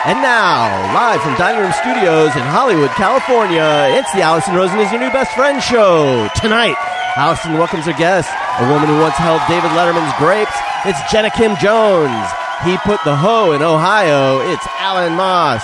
And now, live from Dining Room Studios in Hollywood, California, it's the Allison Rosen is Your New Best Friend show. Tonight, Allison welcomes her guest, a woman who once held David Letterman's grapes. It's Jenna Kim Jones. He put the hoe in Ohio. It's Alan Moss.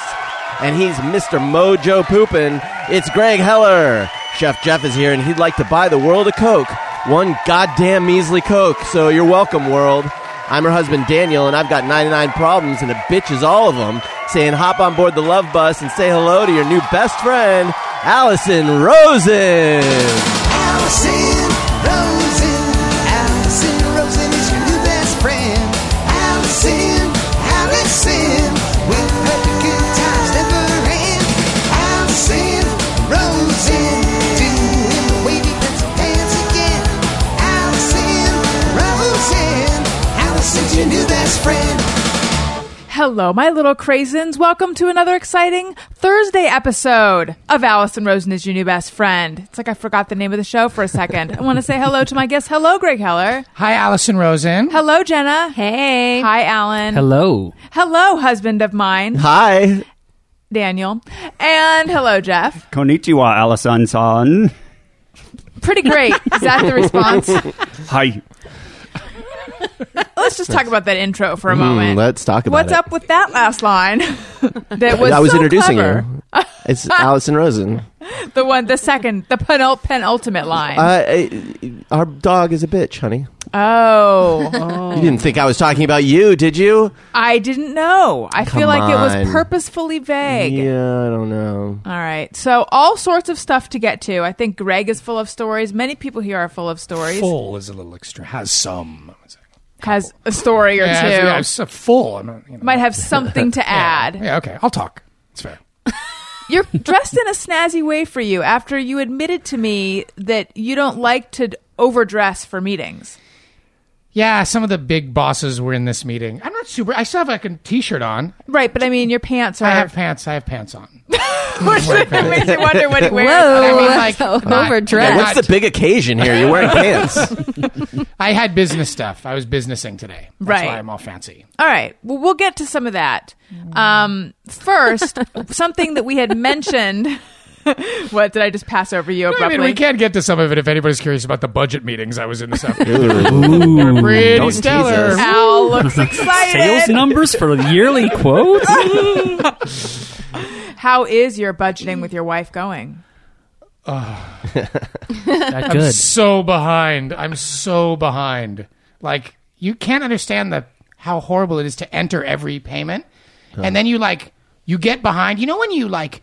And he's Mr. Mojo Poopin. It's Greg Heller. Chef Jeff is here, and he'd like to buy the world a Coke. One goddamn measly Coke, so you're welcome, world. I'm her husband Daniel, and I've got 99 problems, and the bitch is all of them. Saying hop on board the love bus and say hello to your new best friend, Allison Rosen. Allison Rosen, Allison Rosen is your new best friend. Allison, Allison, with her good times never end. Allison Rosen, doing the wavy pencil dance again. Allison Rosen, Allison's your new best friend. Hello, my little crazins. Welcome to another exciting Thursday episode of Allison Rosen is your new best friend. It's like I forgot the name of the show for a second. I want to say hello to my guest. Hello, Greg Heller. Hi, Allison Rosen. Hello, Jenna. Hey. Hi, Alan. Hello. Hello, husband of mine, Oh, Hi. Daniel. And hello, Jeff. Konnichiwa, Allison san. Pretty great. Is that the response? Hi. Let's just talk about that intro for a moment. let's talk Hmm, about What's it. up with that last line? that was I was so introducing clever. her. It's Allison Rosen. The one, the second, the penul- penultimate line. Uh, I- our dog is a bitch, honey. oh. You didn't think I was talking about you, did you? I didn't know. I feel Come like it on. was purposefully vague. Yeah, I don't know. All right. So, all sorts of stuff to get to. I think Greg is full of stories. Many people here are full of stories. Full is a little extreme. Has some. Has a story or Yeah, two. yeah, it's a full. I'm not, you know. Might have something to add. Yeah, okay. I'll talk. It's fair. You're dressed in a snazzy way for you after you admitted to me that you don't like to d- overdress for meetings. Yeah, some of the big bosses were in this meeting. I'm not super. I still have like a t-shirt on. Right, but I mean, your pants are. I have pants. I have pants on. it makes you wonder what he wears. I Whoa. mean, Oh, like, so not- overdressed. not- What's the big occasion here? You're wearing pants. I had business stuff. I was businessing today. That's Right. why I'm all fancy. All right. Well, we'll get to some of that. Um, first, something that we had mentioned. what did I just pass over you I abruptly? mean, we can get to some of it if anybody's curious about the budget meetings I was in this afternoon. they were pretty Don't tease stellar. us. Al looks Sales excited. numbers for the yearly quotes? How is your budgeting with your wife going? Not good. so behind. I'm so behind. Like you can't understand the how horrible it is to enter every payment, and then you like you get behind. You know when you like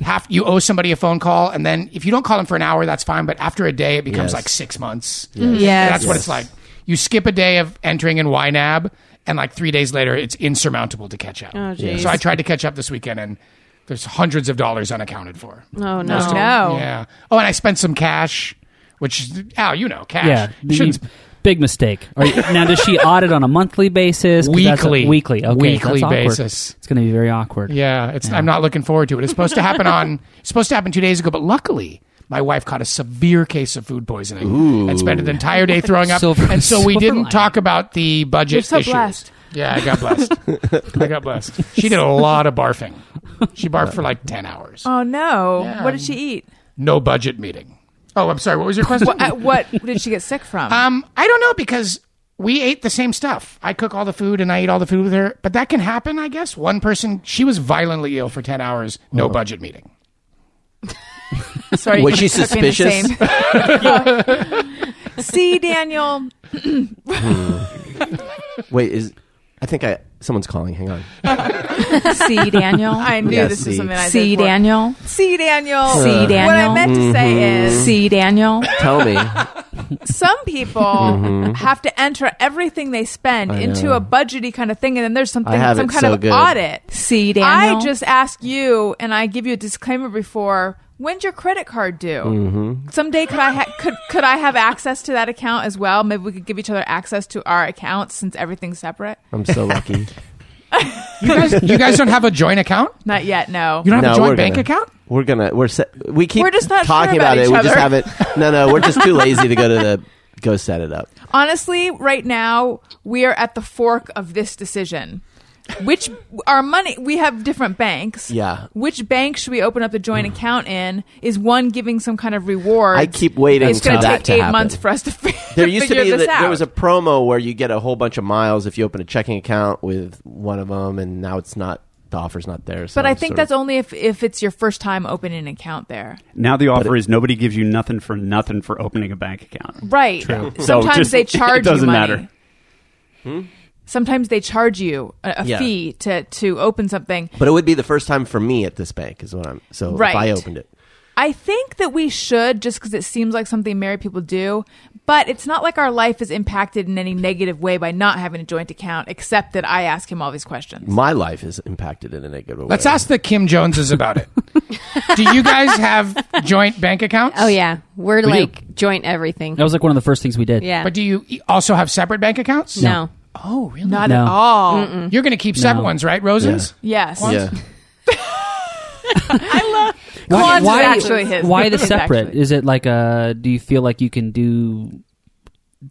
have you owe somebody a phone call, and then if you don't call them for an hour, that's fine. But after a day, it becomes Yes. like six months. Yes. That's what it's like. You skip a day of entering in YNAB, and like three days later, it's insurmountable to catch up. jeez. so I tried to catch up this weekend, and there's hundreds of dollars unaccounted for. Oh, no. No. Yeah. Oh, and I spent some cash, which Al, you know, cash. Yeah. You shouldn't- You- Big mistake. Are you- now, does she audit on a monthly basis? 'Cause that's a- Weekly. weekly. Okay. Weekly that's awkward. basis. It's going to be very awkward. yeah, it's. I'm not looking forward to it. It's supposed to happen on. It's supposed to happen two days ago, but luckily. My wife caught a severe case of food poisoning and spent an entire day throwing up. Silver- and so we silver didn't lining. talk about the budget You're so issues. blessed. Yeah, I got blessed. I got blessed. She did a lot of barfing. She barfed for like 10 hours. Oh no! Yeah. What did she eat? No budget meeting. Oh, I'm sorry. What was your question? Uh, what did she get sick from? Uh, Um, I don't know because we ate the same stuff. I cook all the food and I eat all the food with her, but that can happen, I guess. One person, she was violently ill for 10 hours, no Oh. budget meeting. Sorry, was you she took me in the suspicious? same- See, Daniel. Wait, is I think I someone's calling. Hang on. See, Daniel. I knew Yeah, this see. was something I did See, for- Daniel. See, Daniel. See, What I Daniel. Mm-hmm. meant to say is, See, Daniel. Tell me. some people Mm-hmm. have to enter everything they spend into a budgety kind of thing, and then there's something, I have some it kind so of good. audit. See, Daniel. I just ask you, and I give you a disclaimer before. When's your credit card due? Mm-hmm. Someday could I ha- could could I have access to that account as well? Maybe we could give each other access to our accounts since everything's separate. I'm so lucky. You guys, you guys don't have a joint account? Not yet. No. You don't have No, we're a joint bank gonna- account? We're gonna we're se- we keep We're just not talking sure about, about it. each we just other. have it. No, no, we're just too lazy to go to the go set it up. Honestly, right now we are at the fork of this decision. which our money we have different banks. Yeah. Mm. Which bank should we open up the joint account in? Is one giving some kind of reward? I keep waiting It's for going that take to eight happen. months for us to. fi- There used to figure be this that there out. was a promo where you get a whole bunch of miles if you open a checking account with one of them, and now it's not the offer's not there. So But I I'm sort think of- that's only if, if it's your first time opening an account there. Now the offer is nobody gives you nothing for nothing for opening a bank account. Right. So Sometimes just- they it charge you doesn't money. matter. Sometimes they charge you a, a Yeah. fee to, to open something. But it would be the first time for me at this bank, is what I'm. So if I Right. opened it, I think that we should just because it seems like something married people do, but it's not like our life is impacted in any negative way by not having a joint account, except that I ask him all these questions. my life is impacted in a negative way. Let's ask the Kim Joneses about it. Do you guys have joint bank accounts? Oh yeah, we're do. like joint everything. That was like one of the first things we did. Yeah. But do you e-, also have separate bank accounts? no. Oh, really? Not No. at all. You're going to keep separate No. ones, right, Rosens? Yes. Yeah. Quan's is actually his. Why the It's separate? actually- Is it like a? Do you feel like you can do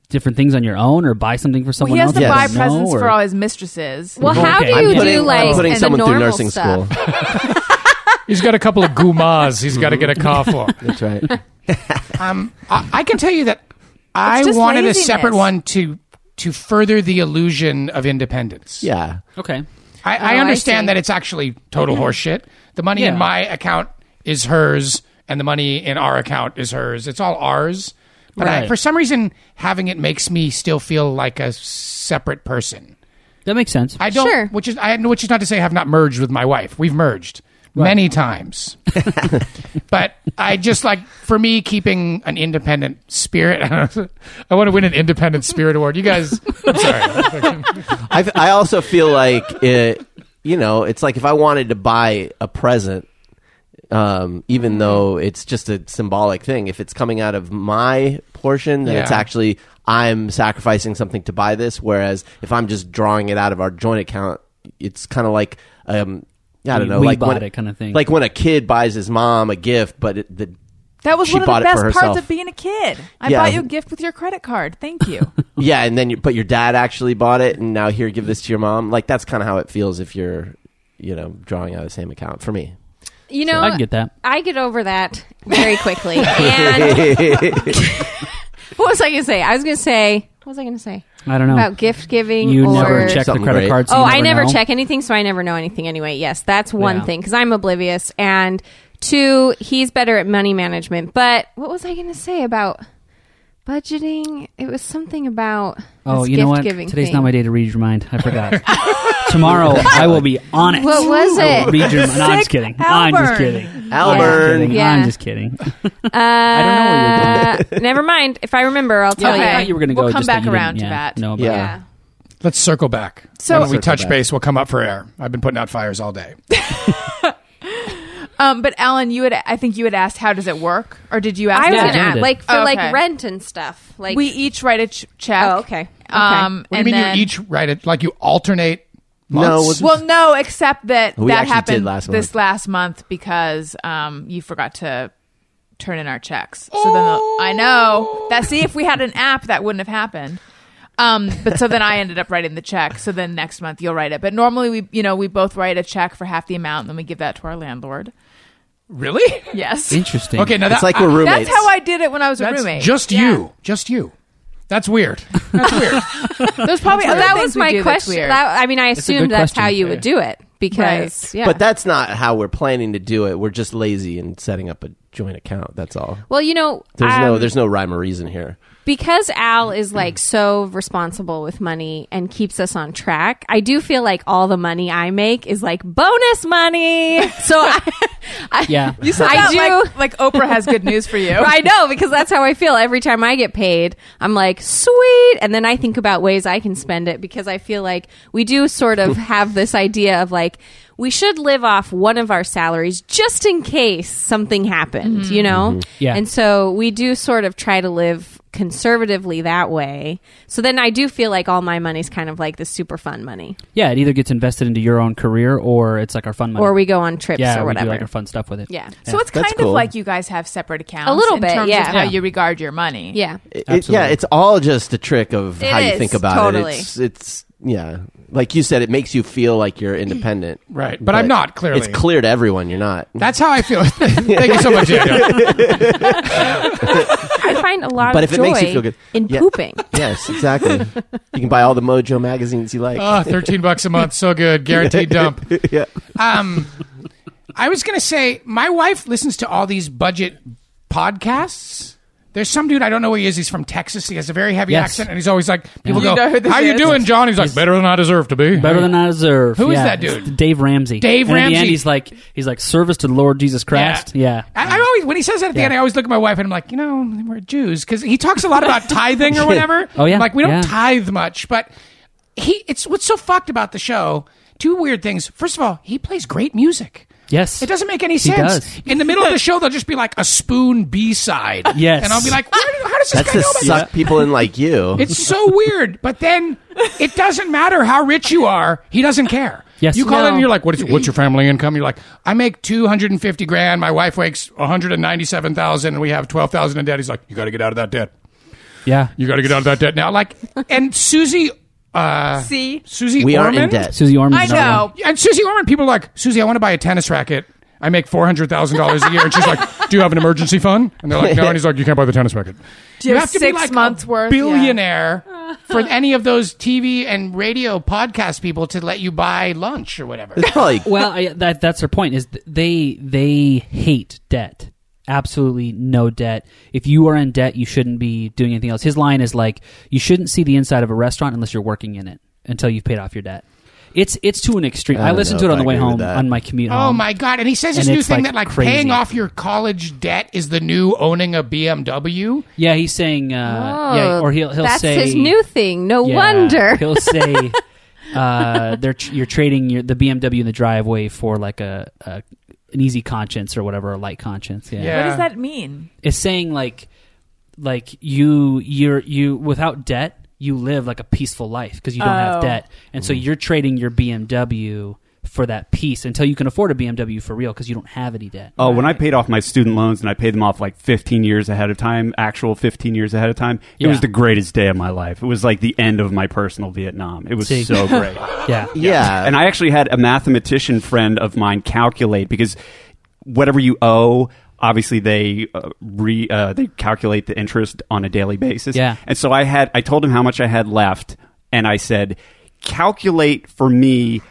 different things on your own, or buy something for Well, someone he has else? to Yes. that buy you don't know, presents or- for all his mistresses. Well, how Okay. do I'm you putting, do like I'm putting the someone through normal nursing stuff? school. He's got a couple of gumas he's got to get a car for. That's right. Um, I, I can tell you that I just wanted a laziness. separate one to to further the illusion of independence. Yeah. Okay. I, I Oh, I understand see. that it's actually total horseshit. The money in Yeah. my account is hers, and the money in our account is hers. It's all ours. But I, Right. for some reason, having it makes me still feel like a separate person. That makes sense. I don't, Sure. which is I, which is not to say I have not merged with my wife. We've merged many times, but I just like for me keeping an independent spirit. I want to win an independent spirit award. You guys, I'm sorry. I, I also feel like it, you know, it's like if I wanted to buy a present, um, Mm-hmm. even though it's just a symbolic thing, if it's coming out of my portion, then it's Yeah. actually I'm sacrificing something to buy this. Whereas if I'm just drawing it out of our joint account, it's kind of like, um, I don't We- know, we like bought when, it kinda thing. Like when a kid buys his mom a gift, but it, the, That was she one of bought the it best for parts herself. of being a kid. I Yeah. bought you a gift with your credit card. Thank you. yeah, and then you, but your dad actually bought it, and now here, give this to your mom. Like that's kind of how it feels if you're, you know, drawing out of the same account. For me, You know, I can get that. I get over that very quickly. and what was I going to say? I was going to say, what was I going to say I don't know. about gift giving? you or never check the Something credit great. cards. Oh, you I never know. check anything, so I never know anything anyway. Yes, that's one Yeah. thing because I'm oblivious. And two, he's better at money management. But what was I going to say about budgeting? It was something about Oh, this you know what? gift-giving Today's thing. not my day to read your mind. I forgot. Tomorrow I will be on it. What was I will it? read your mind. No, I'm just kidding. I'm Albert. just kidding. I'm Albert. kidding. Yeah. I'm just kidding. Uh, never mind. If I remember, I'll tell I Okay. you. thought you were going to go. We'll come just that back you didn't- around to yeah, that. No, Yeah. Yeah. Let's circle back. So- So when we touch back. base, we'll come up for air. I've been putting out fires all day. um, but Alan, you had I think you had asked how does it work, or did you ask? I was that? going to Janet ask, did. like for Oh, okay. like rent and stuff. Like we each write a ch- check. Oh, okay. Okay. Um, What and do you mean then- you each write it like you alternate No, months? was- Well, no, except that We that actually did happened last this month. last month because um, you forgot to turn in our checks. So then the- I know that. See, if we had an app, that wouldn't have happened. Um, but so then I ended up writing the check. So then next month you'll write it. But normally we, you know, we both write a check for half the amount, and then we give that to our landlord. really? Yes, Interesting. Okay, now that, It's like we're roommates. that's how I did it when I was a that's roommate. just you, just you. That's weird. That's weird. There's probably Well, other oh, that things was we my do that's question. weird. That, I mean, I a assumed good that's question. how you would do it because, yeah. But that's not how we're planning to do it. We're just lazy in setting up a joint account. That's all. well, you know, There's no um, there's no rhyme or reason here. because Al is like so responsible with money and keeps us on track. I do feel like all the money I make is like bonus money. So I, I Yeah. you said I Not do. Like, like Oprah has good news for you. I know because that's how I feel every time I get paid. I'm like, sweet. And then I think about ways I can spend it because I feel like we do sort of have this idea of like, we should live off one of our salaries just in case something happened, Mm-hmm. you know? Yeah. And so we do sort of try to live conservatively that way. So then I do feel like all my money's kind of like this super fun money. Yeah, it either gets invested into your own career or it's like our Oh. fun money. Or we go on trips yeah, or we do whatever. like our fun stuff with it. yeah. So it's That's kind cool. of like you guys have separate accounts. A little in bit, terms yeah. Of how Yeah. you regard your money. Yeah. It- yeah, Absolutely. it's all just a trick of It how you is, think about totally. it. It's it's yeah. Like you said, it makes you feel like you're independent. Right, but I'm not, clearly. It's clear to everyone you're not. That's how I feel. Thank you so much, Daniel. I find a lot But of if it joy makes you feel good- in Yeah. pooping. yes, exactly. you can buy all the Mojo magazines you like. Oh, 13 bucks a month, so good, guaranteed dump. yeah. Um, I was gonna say my wife listens to all these budget podcasts. There's some dude I don't know where he is. He's from Texas. He has a very heavy Yes. accent, and he's always like, people You go, know who this "How you is." doing, John?" He's like, "Better than I deserve to be." Better than I deserve. Who is Yeah, that dude? it's Dave Ramsey. Dave and at the end, Ramsey. he's like, he's like service to the Lord Jesus Christ. Yeah. I, I always when he says that at the Yeah. end, I always look at my wife and I'm like, you know, we're Jews because he talks a lot about tithing or whatever. Oh, yeah. I'm like we don't Yeah. tithe much, but he it's what's so fucked about the show. Two weird things. First of all, he plays great music. Yes. It doesn't make any sense. does. In the middle of the show, they'll just be like a spoon B side. Yes. and I'll be like, Where do, how does this That's guy to know about suck this? people in like you. It's so weird, but then it doesn't matter how rich you are. He doesn't care. Yes. you call No. in and you're like, what is, what's your family income? You're like, I make two hundred and fifty grand. My wife makes one hundred and ninety seven thousand, and we have twelve thousand in debt. He's like, you got to get out of that debt. Yeah. You got to get out of that debt now. Like, and Susie, uh, See, Susie, we are Orman, in debt. Susie Orman's I another one. know. And Susie Orman, people are like, Susie, I want to buy a tennis racket. I make four hundred thousand dollars a year, and she's like, "Do you have an emergency fund?" And they're like, "No." And he's like, "You can't buy the tennis racket." Do you have six months a worth? Yeah. billionaire for any of those TV and radio podcast people to let you buy lunch or whatever. It's probably well, I, that that's their point. Is th- they they hate debt. Absolutely no debt. If you are in debt, you shouldn't be doing anything else. His line is like, you shouldn't see the inside of a restaurant unless you're working in it until you've paid off your debt. It's it's to an extreme. I, don't listened know to it if on the I way agree with home that. on my commute. Oh home. my god! And he says this And new it's, thing like, that like crazy. paying off your college debt is the new owning a BMW. Yeah, he's saying. Uh, yeah, or he'll he'll Oh, that's say his new thing. No Yeah, wonder. He'll say uh, they're tr- you're trading your, the BMW in the driveway for like a, a an easy conscience or whatever, a light conscience. Yeah. What does that mean? It's saying like like you you're you without debt you live like a peaceful life because you don't Oh. have debt and Mm. so you're trading your bmw for that peace until you can afford a bmw for real because you don't have any debt Oh, when I paid off my student loans and I paid them off like 15 years ahead of time, actual 15 years ahead of time, it Yeah. was the greatest day of my life. It was like the end of my personal Vietnam. It was See. so great. yeah yeah. And I actually had a mathematician friend of mine calculate because whatever you owe, obviously they uh, re uh, they calculate the interest on a daily basis. Yeah. And so I had I told him how much I had left, and I said, calculate for me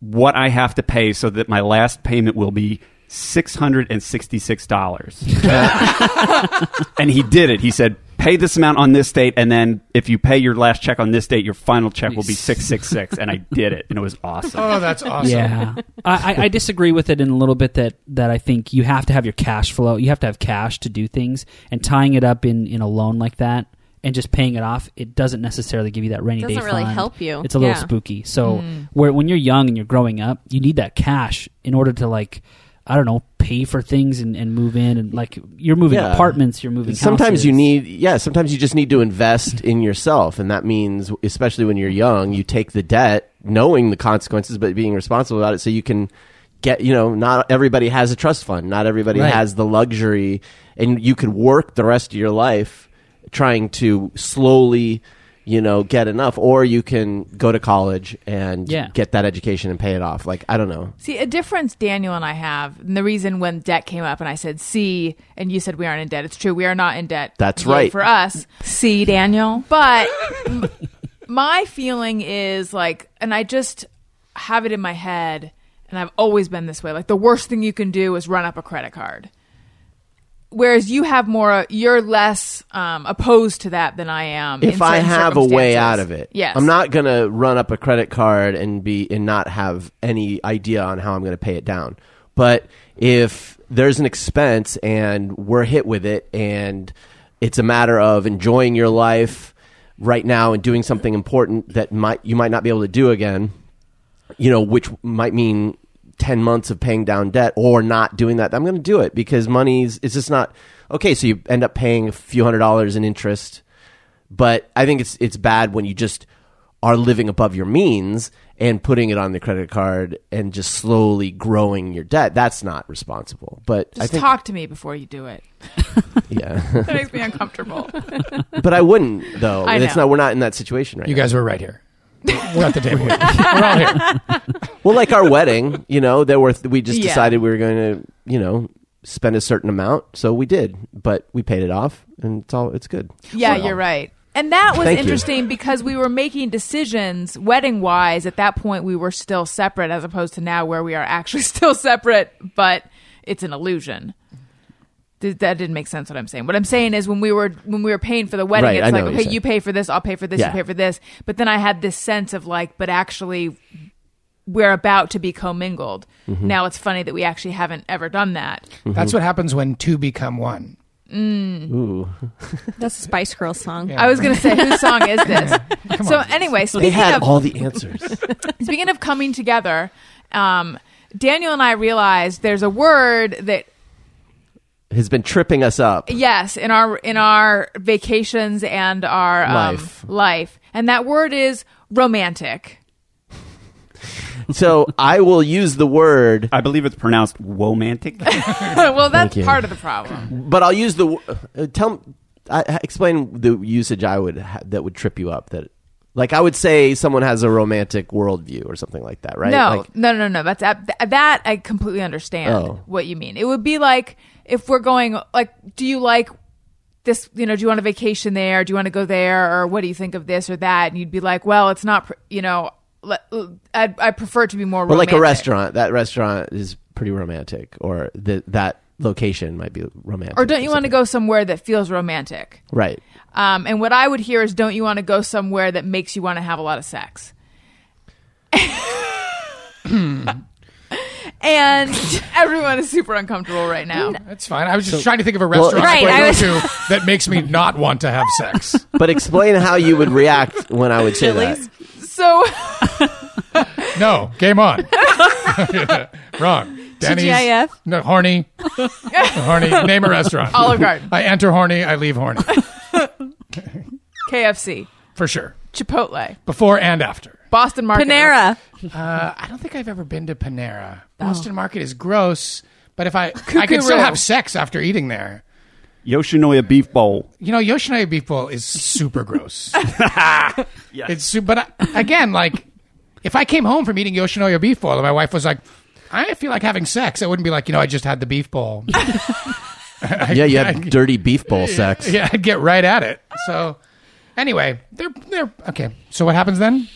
what I have to pay so that my last payment will be. Six hundred and sixty-six dollars, and he did it. He said, "Pay this amount on this date, and then if you pay your last check on this date, your final check will be six six six. And I did it, and it was awesome. Oh, that's awesome. Yeah, I, I- I disagree with it in a little bit that that I think you have to have your cash flow. You have to have cash to do things, and tying it up in in a loan like that and just paying it off, it doesn't necessarily give you that rainy Doesn't day really fund. help you. It's a little Yeah. spooky. So Hmm. where when you're young and you're growing up, you need that cash in order to like. I don't know, pay for things and, and move in and like you're moving Yeah. apartments, you're moving. sometimes you houses. need yeah sometimes you just need to invest in yourself and that means especially when you're young you take the debt knowing the consequences but being responsible about it so you can get you know not everybody has a trust fund not everybody Right. has the luxury and you could work the rest of your life trying to slowly you know get enough or you can go to college and Yeah. get that education and pay it off like i don't know See, a difference Daniel and I have, and the reason when debt came up and I said, see, and you said we aren't in debt. It's true. We are not in debt. That's Yay right. For us. See, Daniel. But m- my feeling is like, and I just have it in my head, and I've always been this way. Like the worst thing you can do is run up a credit card. Whereas you have more, you're less um, opposed to that than I am. if um, in I certain have a way circumstances. out of it. yes, I'm not gonna run up a credit card and be and not have any idea on how I'm gonna pay it down. But if there's an expense and we're hit with it and it's a matter of enjoying your life right now and doing something important that might you might not be able to do again, you know, which might mean 10 months of paying down debt or not doing that, I'm going to do it because money's, it's just not, okay, so you end up paying a few hundred dollars in interest. But I think it's, it's bad when you just are living above your means and putting it on the credit card and just slowly growing your debt. That's not responsible. But I Just think, talk to me before you do it. yeah. That makes me uncomfortable. but I wouldn't though. I It's know. not, we're not in that situation right You now. guys were right here. We're at the table. We're all here. Well, like our wedding, you know, there were we just Yeah. decided we were going to, you know, spend a certain amount, so we did, but we paid it off, and it's all it's good. Yeah, Well, you're right. And that was Thank you. interesting because we were making decisions wedding wise. At that point, we were still separate as opposed to now where we are actually still separate, but it's an illusion. Did- That didn't make sense. What I'm saying. What I'm saying is when we were when we were paying for the wedding, Right, it's I know like what okay, you're saying. you pay for this, I'll pay for this, Yeah. you pay for this. But then I had this sense of like, but actually, we're about to be commingled. Mm-hmm. Now it's funny that we actually haven't ever done that. That's what happens when two become one. Ooh, That's a Spice Girls song. Yeah. I was gonna say whose song is this? Come so on. anyway, speaking they had of all the answers. Speaking of coming together, um, Daniel and I realized there's a word that Has been tripping us up. yes in our in our vacations and our um, Life. life, and that word is romantic. So I will use the word, I believe it's pronounced womantic. well, that's you. part of the problem. but I'll use the w- uh, tell. I, explain the usage I would ha- that would trip you up. That like I would say someone has a romantic worldview or something like that, right? No, Like, no, no, no. That's ab- th- that I completely understand Oh. what you mean. It would be like if we're going like, do you like this? You know, do you want a vacation there? Do you want to go there? Or what do you think of this or that? And you'd be like, well, it's not. Pr- you know, le- I I prefer it to be more. Well, like a romantic. restaurant. That restaurant is pretty romantic, or the, that location might be romantic. Or don't you want to go somewhere that feels romantic? Right. Um, and what I would hear is, don't you want to go somewhere that makes you want to have a lot of sex? and everyone is super uncomfortable right now. That's fine. I was just trying to think of a restaurant Right, I I go was- to that makes me not want to have sex. But explain how you would react when I would say that. So No, game on. Wrong. Denny's. TGIF? No, horny. horny. Name a restaurant. Olive Garden, I enter horny. I leave horny KFC, for sure. Chipotle, Before and after. Boston Market, Panera. Uh, I don't think I've ever been to Panera. Oh. Boston Market is gross, but if I I could still Roo. have sex after eating there. Yoshinoya beef bowl. You know, Yoshinoya beef bowl is super gross. It's su- but I, again, like if I came home from eating Yoshinoya beef bowl and my wife was like, "I feel like having sex," I wouldn't be like, you know, I just had the beef bowl. Yeah, you have dirty beef bowl sex. yeah, I'd get right at it. So anyway, they're they're okay. So what happens then?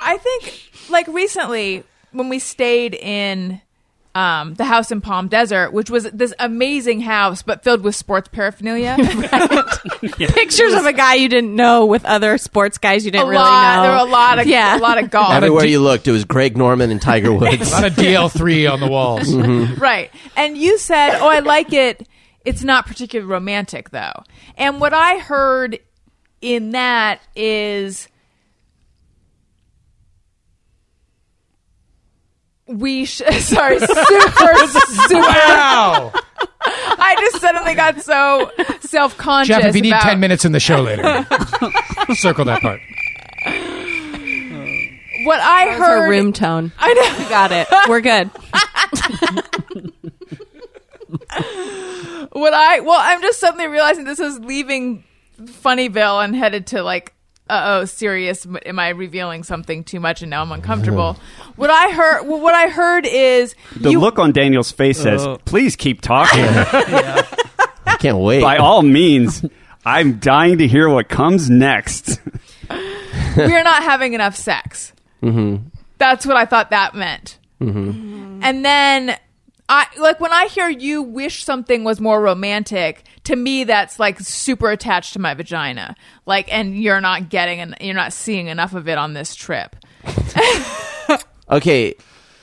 I think like recently when we stayed in um, the house in Palm Desert, which was this amazing house but filled with sports paraphernalia. Pictures of a guy you didn't know with other sports guys you a didn't really lot, know. there were a lot of a Yeah. lot of golf, Every- Everywhere D- you looked, it was Greg Norman and Tiger Woods. A lot of DL three on the walls. Mm-hmm. right? And you said, "Oh, I like it. It's not particularly romantic, though." And what I heard in that is. We sh- sorry, super, super Wow, I just suddenly got so self conscious. Jeff. If you need about, ten minutes in the show later, circle that part. what I That's our heard, room tone. I know, Got it. We're good. what I well, I'm just suddenly realizing this is leaving Funnyville and headed to like, uh oh, serious. m- Am I revealing something too much? And now I'm uncomfortable. what I heard, well, what I heard is The you, look on Daniel's face says, Oh. "Please keep talking." I can't wait. By all means, I'm dying to hear what comes next. we're not having enough sex. That's what I thought that meant. Mm-hmm. And then I like when I hear you wish something was more romantic. To me, that's like super attached to my vagina. Like, and you're not getting and you're not seeing enough of it on this trip. Okay,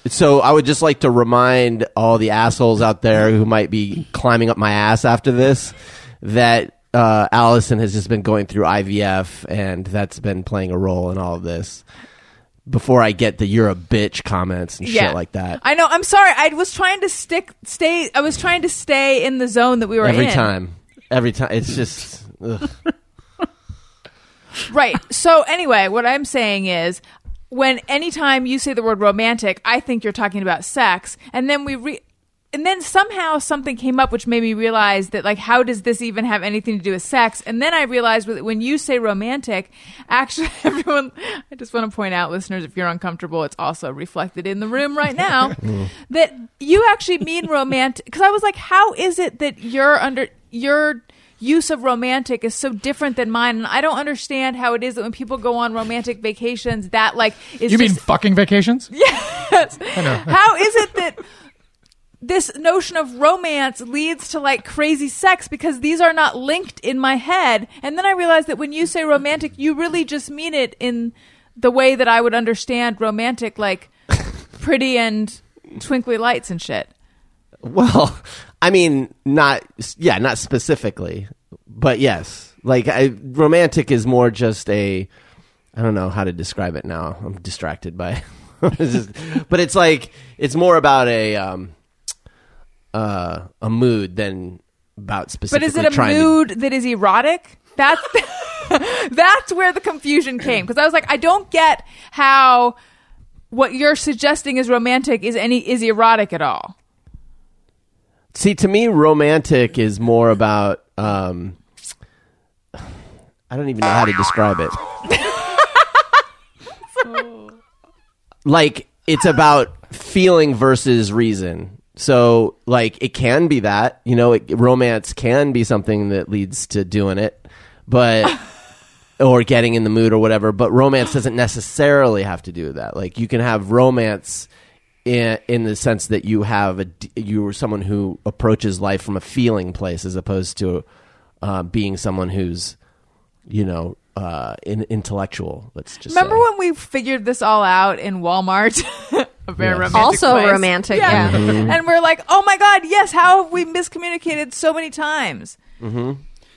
so I would just like to remind all the assholes out there who might be climbing up my ass after this that uh, Allison has just been going through IVF, and that's been playing a role in all of this. Before I get the "you're a bitch" comments and shit like that, I know. I'm sorry. I was trying to stick, stay. I was trying to stay in the zone that we were every in. time, every time, it's just ugh. Right. So anyway, what I'm saying is when anytime you say the word romantic, I think you're talking about sex, and then we re- and then somehow something came up which made me realize that like how does this even have anything to do with sex and then i realized with- when you say romantic actually everyone i just want to point out listeners if you're uncomfortable it's also reflected in the room right now that you actually mean romantic because i was like how is it that you're under your use of romantic is so different than mine and i don't understand how it is that when people go on romantic vacations that like is You just mean fucking vacations? Yes. How is it that this notion of romance leads to like crazy sex because these are not linked in my head? And then I realized that when you say romantic, you really just mean it in the way that I would understand romantic, like pretty and twinkly lights and shit. Well, I mean, not yeah, not specifically, but yes, like I, romantic is more just a. I don't know how to describe it now. I'm distracted by, it's just- but it's like it's more about a um, uh, a mood than about But specifically. is it a trying to- mood that is erotic? That's that's where the confusion came because I was like, I don't get how what you're suggesting is romantic is any is erotic at all. See, to me, romantic is more about. Um, I don't even know how to describe it. like it's about feeling versus reason. So, like, it can be that you know, it, romance can be something that leads to doing it, but or getting in the mood or whatever. But romance doesn't necessarily have to do with that. Like you can have romance in, in the sense that you have a d- you are someone who approaches life from a feeling place as opposed to uh, being someone who's you know uh, in, intellectual. Let's just Remember say. when we figured this all out in Walmart? A very Yes. romantic Also place. romantic, yeah. And we're like, oh my God, yes, how have we miscommunicated so many times?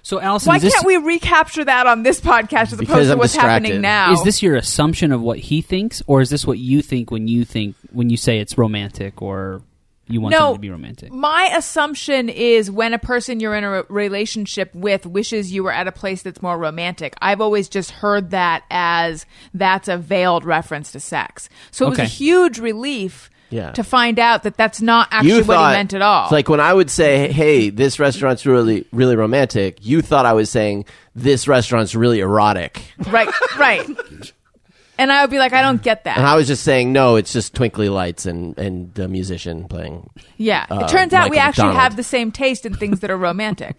So, Allison, Why is this, can't we recapture that on this podcast as opposed Because to I'm what's distracted. happening now? is this your assumption of what he thinks, or is this what you think when you think when you say it's romantic or you want no, something to be romantic? my assumption is when a person you're in a re- relationship with wishes you were at a place that's more romantic. I've always just heard that as that's a veiled reference to sex. So it was a Okay. huge relief Yeah. to find out that that's not actually what thought- he meant at all. It's like when I would say, "Hey, this restaurant's really, really romantic." You thought I was saying this restaurant's really erotic, Right, right. And I would be like, I don't get that. and I was just saying, "No, it's just twinkly lights and and the musician playing." yeah. uh, it turns out we Michael actually McDonald. Mm. have the same taste in things that are romantic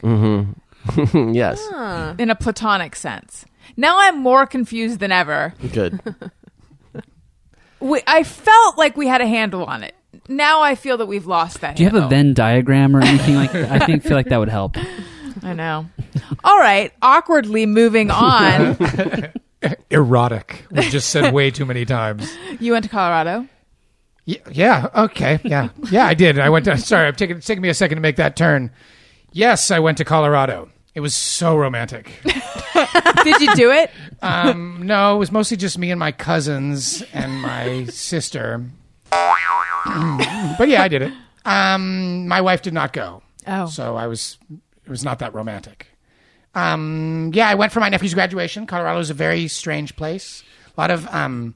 yes, in a platonic sense. Now I'm more confused than ever. good. We, I felt like we had a handle on it. Now I feel that we've lost that. Do you have a handle. Venn diagram or anything like that? I think feel like that would help. I know. All right. Awkwardly moving on. Erotic. We just said way too many times. you went to Colorado. Y- Yeah. Okay. Yeah. Yeah. I did. I went. To, sorry. I'm taking. It's taking me a second to make that turn. Yes, I went to Colorado. It was so romantic. Did you do it? Um, no, it was mostly just me and my cousins and my sister. but yeah, I did it. Um, my wife did not go. Oh. So I was. It was not that romantic. Um, yeah, I went for my nephew's graduation. Colorado is a very strange place. A lot of um,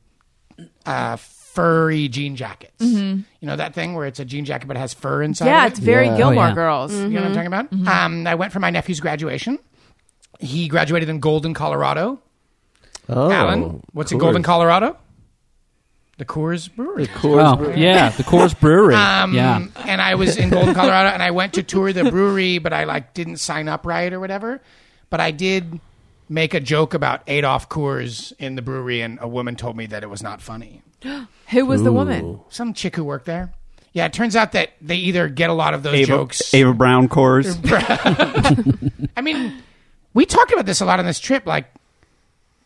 uh, furry jean jackets. You know that thing where it's a jean jacket but it has fur inside. Mm-hmm. Yeah, of it's it? very Yeah. Mm-hmm. Gilmore Oh, yeah. Girls. You know what I'm talking about? Um, I went for my nephew's graduation. He graduated in Golden, Colorado. Oh, Alan, what's in Coors. Golden, Colorado? The Coors Brewery. Coors Oh, yeah, the Coors Brewery. Um, yeah, And I was in Golden, Colorado, and I went to tour the brewery, but I like didn't sign up right or whatever. But I did make a joke about Adolf Coors in the brewery, and a woman told me that it was not funny. Who was the woman? Some chick who worked there. Yeah, it turns out that they either get a lot of those Ava, jokes. Ava Brown Coors. I mean, we talked about this a lot on this trip. Like,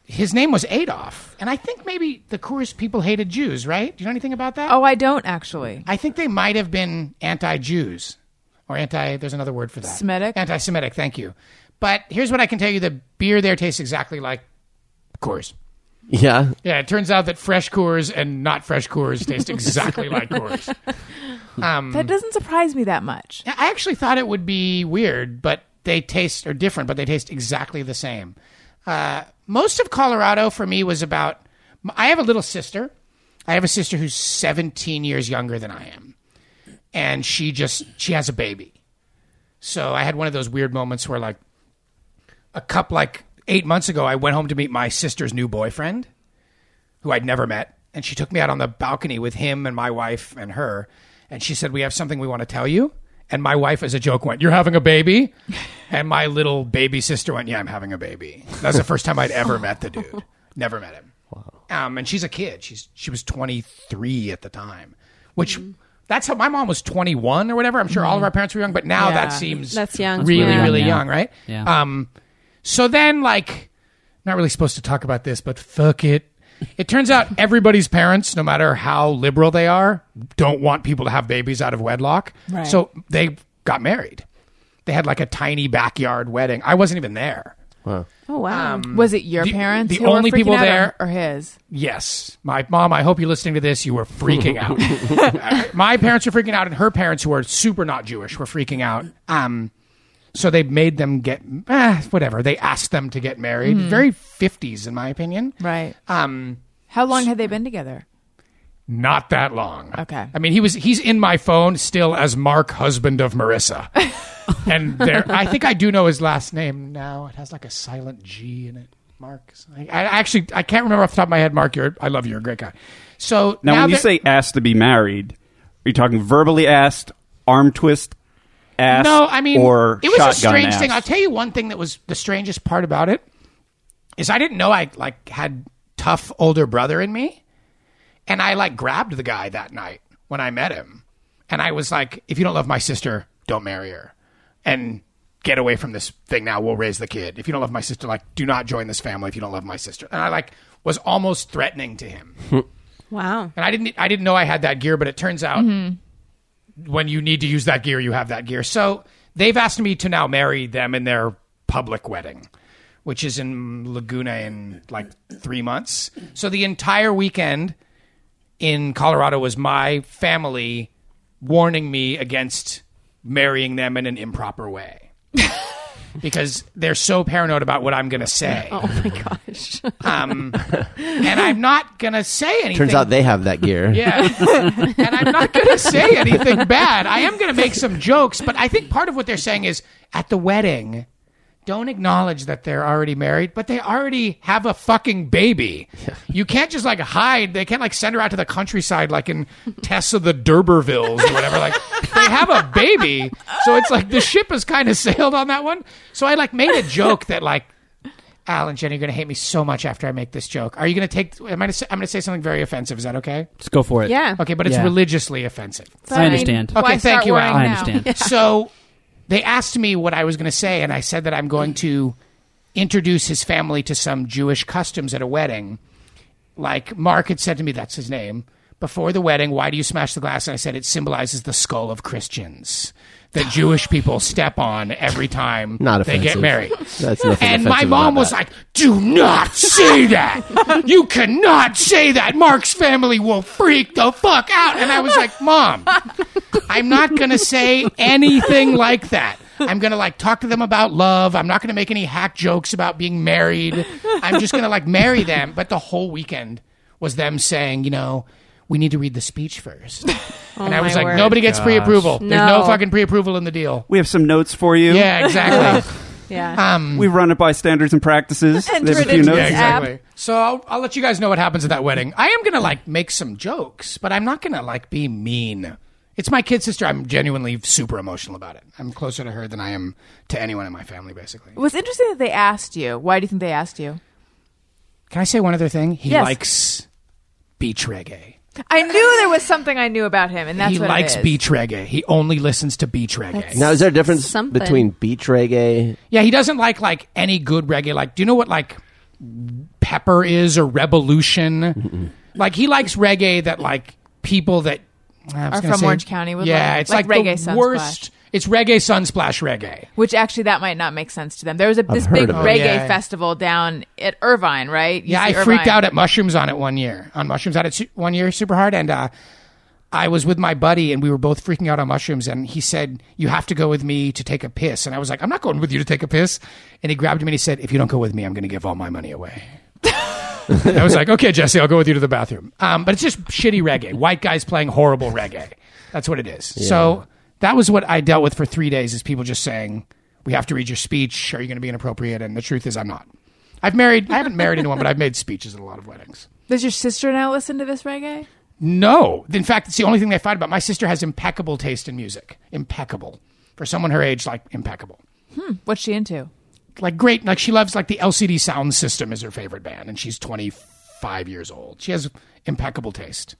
his name was Adolf, and I think maybe the Coors people hated Jews, right? Do you know anything about that? Oh, I don't actually. I think they might have been anti-Jews or anti. There's another word for that. Semitic? Anti-Semitic. Thank you. But here's what I can tell you: the beer there tastes exactly like Coors. yeah. Yeah, it turns out that fresh Coors and not fresh Coors taste exactly like Coors. Mm. That doesn't surprise me that much. I actually thought it would be weird, but they taste are different, but they taste exactly the same. Uh, most of Colorado for me was about. I have a little sister. I have a sister who's 17 years younger than I am, and she just she has a baby. So I had one of those weird moments where like a cup like eight months ago, I went home to meet my sister's new boyfriend, who I'd never met, and she took me out on the balcony with him and my wife and her, and she said, "We have something we want to tell you." And my wife, as a joke, went, "You're having a baby," and my little baby sister went, "Yeah, I'm having a baby." That's the first time I'd ever met the dude. Never met him. Um, and she's a kid. She's she was 23 at the time, which. That's how my mom was 21 or whatever. I'm sure all of our parents were young, but now that Yeah. seems That's young. really, Yeah. really Yeah. young, right? Yeah. Um, so then, like, not really supposed to talk about this, but fuck it. It turns out everybody's parents, no matter how liberal they are, don't want people to have babies out of wedlock. Right. So they got married. They had like a tiny backyard wedding. I wasn't even there. Oh Um, wow. Was it your Mm. The- parents? the who were only freaking people out or- there- or his? Yes. My mom, I hope you're listening to this. You were freaking out. My parents were freaking out, and her parents, who are super not Jewish, were freaking out. Um, so they made them get, eh, whatever. They asked them to get married. Very 50s, in my opinion. Right. Um, How long had they been together? not that long. Okay. I mean, he was he's in my phone still as Mark, husband of Marissa. and there, I think I do know his last name now. It has like a silent G in it. Mark. I, I actually I can't remember off the top of my head. Mark, you're I love you. You're a great guy. So Now, when you that- say asked to be married, are you talking verbally asked, arm twist, asked? No, I mean, or it was a shotgun strange asked? thing. I'll tell you one thing that was the strangest part about it is I didn't know I like had tough older brother in me, and I like grabbed the guy that night when I met him, and I was like, "If you don't love my sister, don't marry her," and get away from this thing now. We'll raise the kid. If you don't love my sister, like, do not join this family. If you don't love my sister, and I like was almost threatening to him. Wow. And I didn't I didn't know I had that gear, but it turns out when you need to use that gear, you have that gear. So they've asked me to now marry them in their public wedding, which is in Laguna in like three months. So the entire weekend in Colorado was my family warning me against marrying them in an improper way. because they're so paranoid about what I'm going to say. Oh my gosh. Um, and I'm not going to say anything. Turns out they have that gear. Yeah. and I'm not going to say anything bad. I am going to make some jokes, but I think part of what they're saying is at the wedding, don't acknowledge that they're already married, but they already have a fucking baby. You can't just like hide. They can't like send her out to the countryside like in Tessa the Durbervilles or whatever. Like they have a baby. So it's like the ship has kind of sailed on that one. So I like made a joke that like Al and Jenny are going to hate me so much after I make this joke. Are you going to take? Am I gonna say, I'm going to say something very offensive. Is that okay? Just go for it. Yeah. Okay, but it's Yeah. religiously offensive. I understand. Okay, Why thank start you, worrying Al. I now? understand. So they asked me what I was going to say, and I said that I'm going to introduce his family to some Jewish customs at a wedding. Like Mark had said to me, that's his name. Before the wedding, why do you smash the glass? And I said it symbolizes the skull of Christians that Jewish people step on every time Not they offensive. get married. That's nothing And my offensive mom about was that. like, "Do not say that. you cannot say that. Mark's family will freak the fuck out." And I was like, "Mom, I'm not going to say anything like that. I'm going to like talk to them about love. I'm not going to make any hack jokes about being married. I'm just going to like marry them." But the whole weekend was them saying, you know, we need to read the speech first. and I Oh my was like, word. nobody gets pre-approval. There's no No. fucking pre-approval in the deal. We have some notes for you. Yeah, exactly. Yeah. um, We run it by standards and practices. Enter They have it a few into notes. Yeah, App. exactly. So I'll, I'll let you guys know what happens at that wedding. I am gonna like make some jokes, but I'm not gonna like be mean. It's my kid sister. I'm genuinely super emotional about it. I'm closer to her than I am to anyone in my family, basically. It was interesting that they asked you. Why do you think they asked you? Can I say one other thing? He Yes. likes beach reggae. I knew there was something I knew about him, and that's he what likes it is. beach reggae. He only listens to beach reggae. Now, is there a difference Something. between beach reggae? Yeah, he doesn't like like any good reggae. Like, do you know what like Pepper is or Revolution? Like, he likes reggae that like people that I was Are gonna from say- Orange County would yeah, like- it's like like, reggae the Sunsplash. worst. It's reggae sunsplash reggae. Which actually, that might not make sense to them. There was a, this heard big of it. reggae Oh, yeah. festival down at Irvine, right? Yeah, I freaked out at mushrooms on it one year. On mushrooms on it su- one year, super hard, and uh, I was with my buddy, and we were both freaking out on mushrooms. And he said, "You have to go with me to take a piss." And I was like, "I'm not going with you to take a piss." And he grabbed me and he said, "If you don't go with me, I'm going to give all my money away." I was like, "Okay, Jesse, I'll go with you to the bathroom." Um, but it's just shitty reggae. White guys playing horrible reggae. That's what it is. So that was what I dealt with for three days is people just saying, We have to read your speech. Are you going to be inappropriate? And the truth is, I'm not. I've married, I haven't married anyone, but I've made speeches at a lot of weddings. Does your sister now listen to this reggae? No. In fact, it's the only thing they fight about. My sister has impeccable taste in music. Impeccable. For someone her age, like impeccable. What's she into? Like great. Like she loves like the LCD Sound System is her favorite band, and she's 25 years old. She has impeccable taste.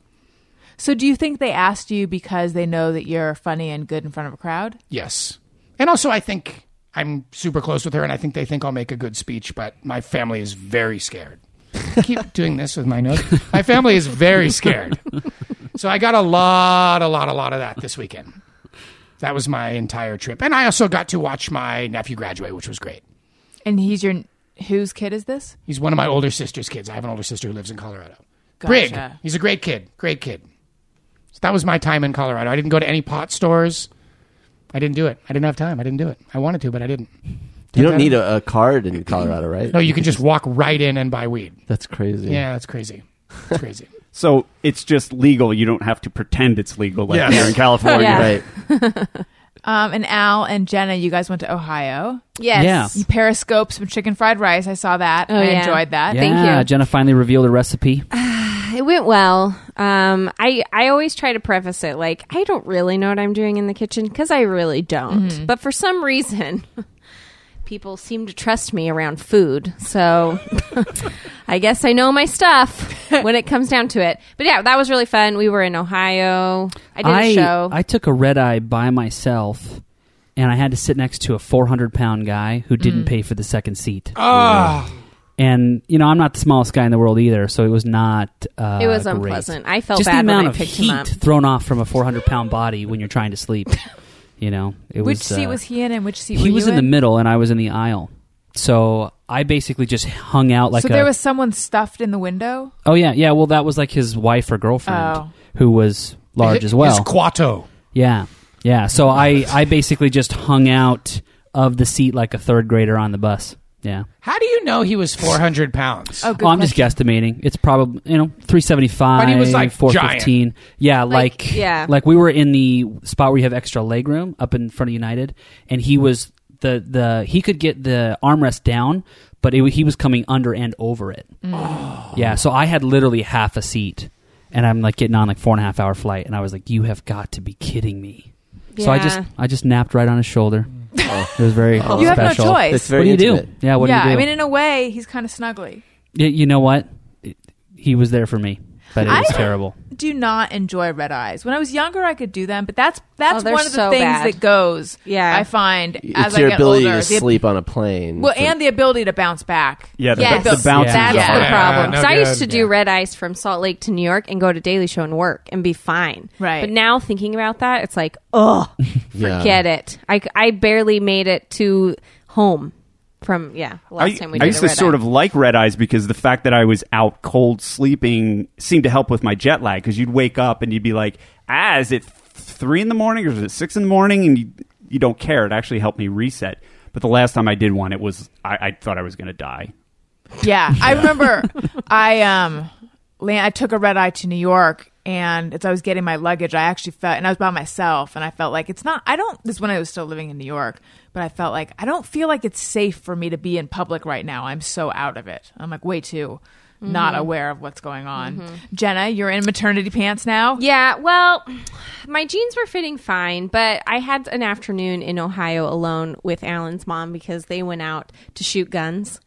So do you think they asked you because they know that you're funny and good in front of a crowd? Yes. And also, I think I'm super close with her, and I think they think I'll make a good speech, but my family is very scared. I keep doing this with my nose. My family is very scared. So I got a lot, a lot, a lot of that this weekend. That was my entire trip. And I also got to watch my nephew graduate, which was great. And he's your whose kid is this? He's one of my older sister's kids. I have an older sister who lives in Colorado. Brig. Gotcha. He's a great kid. Great kid. So that was my time in Colorado. I didn't go to any pot stores. I didn't do it. I didn't have time. I didn't do it. I wanted to, but I didn't. You don't need a, a card in Colorado, right? No, you can just walk right in and buy weed. That's crazy. Yeah, that's crazy. That's crazy. So it's just legal. You don't have to pretend it's legal like Yes. here in California. Yeah. Right. Um, and Al and Jenna, you guys went to Ohio. Yes. Yeah. You periscoped some chicken fried rice. I saw that. Oh, I yeah. enjoyed that. Yeah, Thank you. Jenna finally revealed a recipe. It went well. Um, I I always try to preface it like I don't really know what I'm doing in the kitchen because I really don't. But for some reason, people seem to trust me around food. So I guess I know my stuff when it comes down to it. But yeah, that was really fun. We were in Ohio. I did a show. I took a red eye by myself, and I had to sit next to a 400 pound guy who didn't Mm. pay for the second seat. Ah. And you know, I'm not the smallest guy in the world either, so it was not. Uh, It was great. unpleasant. I felt Just bad the when amount I of picked heat him up. thrown off from a 400 pound body when you're trying to sleep. You know, it Which was. seat uh, was he in, and which seat were He you was in the middle, and I was in the aisle. So I basically just hung out like so a. there was someone stuffed in the window. oh yeah, yeah. Well, that was like his wife or girlfriend Oh. who was large His- as well. His Quato. Yeah. Yeah. So I, I basically just hung out of the seat like a third grader on the bus. Yeah. How do you know he was 400 pounds? Oh, Oh, good Well, I'm question. just guesstimating. It's probably, you know, 375, But he was, like, 415. Yeah. Like, Like, yeah. Like we were in the spot where you have extra leg room up in front of United, and he was the, the, he could get the armrest down, but it, wa- he was coming under and over it. Yeah. So I had literally half a seat. And I'm like getting on like four and a half hour flight, and I was like, "You have got to be kidding me!" So I just Yeah. I just napped right on his shoulder. It was very you have special. no choice. That's Oh. What very do you intimate. do? Yeah, what yeah, do you do? I mean, in a way, he's kind of snuggly. Y- you know what? It- he was there for me, but it I- was terrible. do not enjoy red eyes. When I was younger, I could do them, but that's that's Oh, they're one of the so things bad. that goes. Yeah. I find as It's I your get ability older, to the- sleep on a plane. well, and the ability to bounce back. Yeah, the, Yes. the bounce Yeah. That's Yeah. the problem. Yeah, no so I used good. to do Yeah. red eyes from Salt Lake to New York and go to Daily Show and work and be fine. Right. But now thinking about that, it's like, ugh, Um, Yeah. forget it. I, I barely made it to home from, yeah, last I, time we I did used a to red sort eye. of like red eyes because the fact that I was out cold sleeping seemed to help with my jet lag because you'd wake up and you'd be like, ah, is it th- three in the morning or is it six in the morning? And you, you don't care. It actually helped me reset. But the last time I did one, it was, I, I thought I was going to die. Yeah, I remember I um land, I took a red eye to New York and as I was getting my luggage, I actually felt and I was by myself and I felt like it's not I don't this is when I was still living in New York, but I felt like I don't feel like it's safe for me to be in public right now. I'm so out of it. I'm like way too Mm-hmm. not aware of what's going on. Jenna, you're in maternity pants now? Yeah, well, my jeans were fitting fine, but I had an afternoon in Ohio alone with Alan's mom because they went out to shoot guns.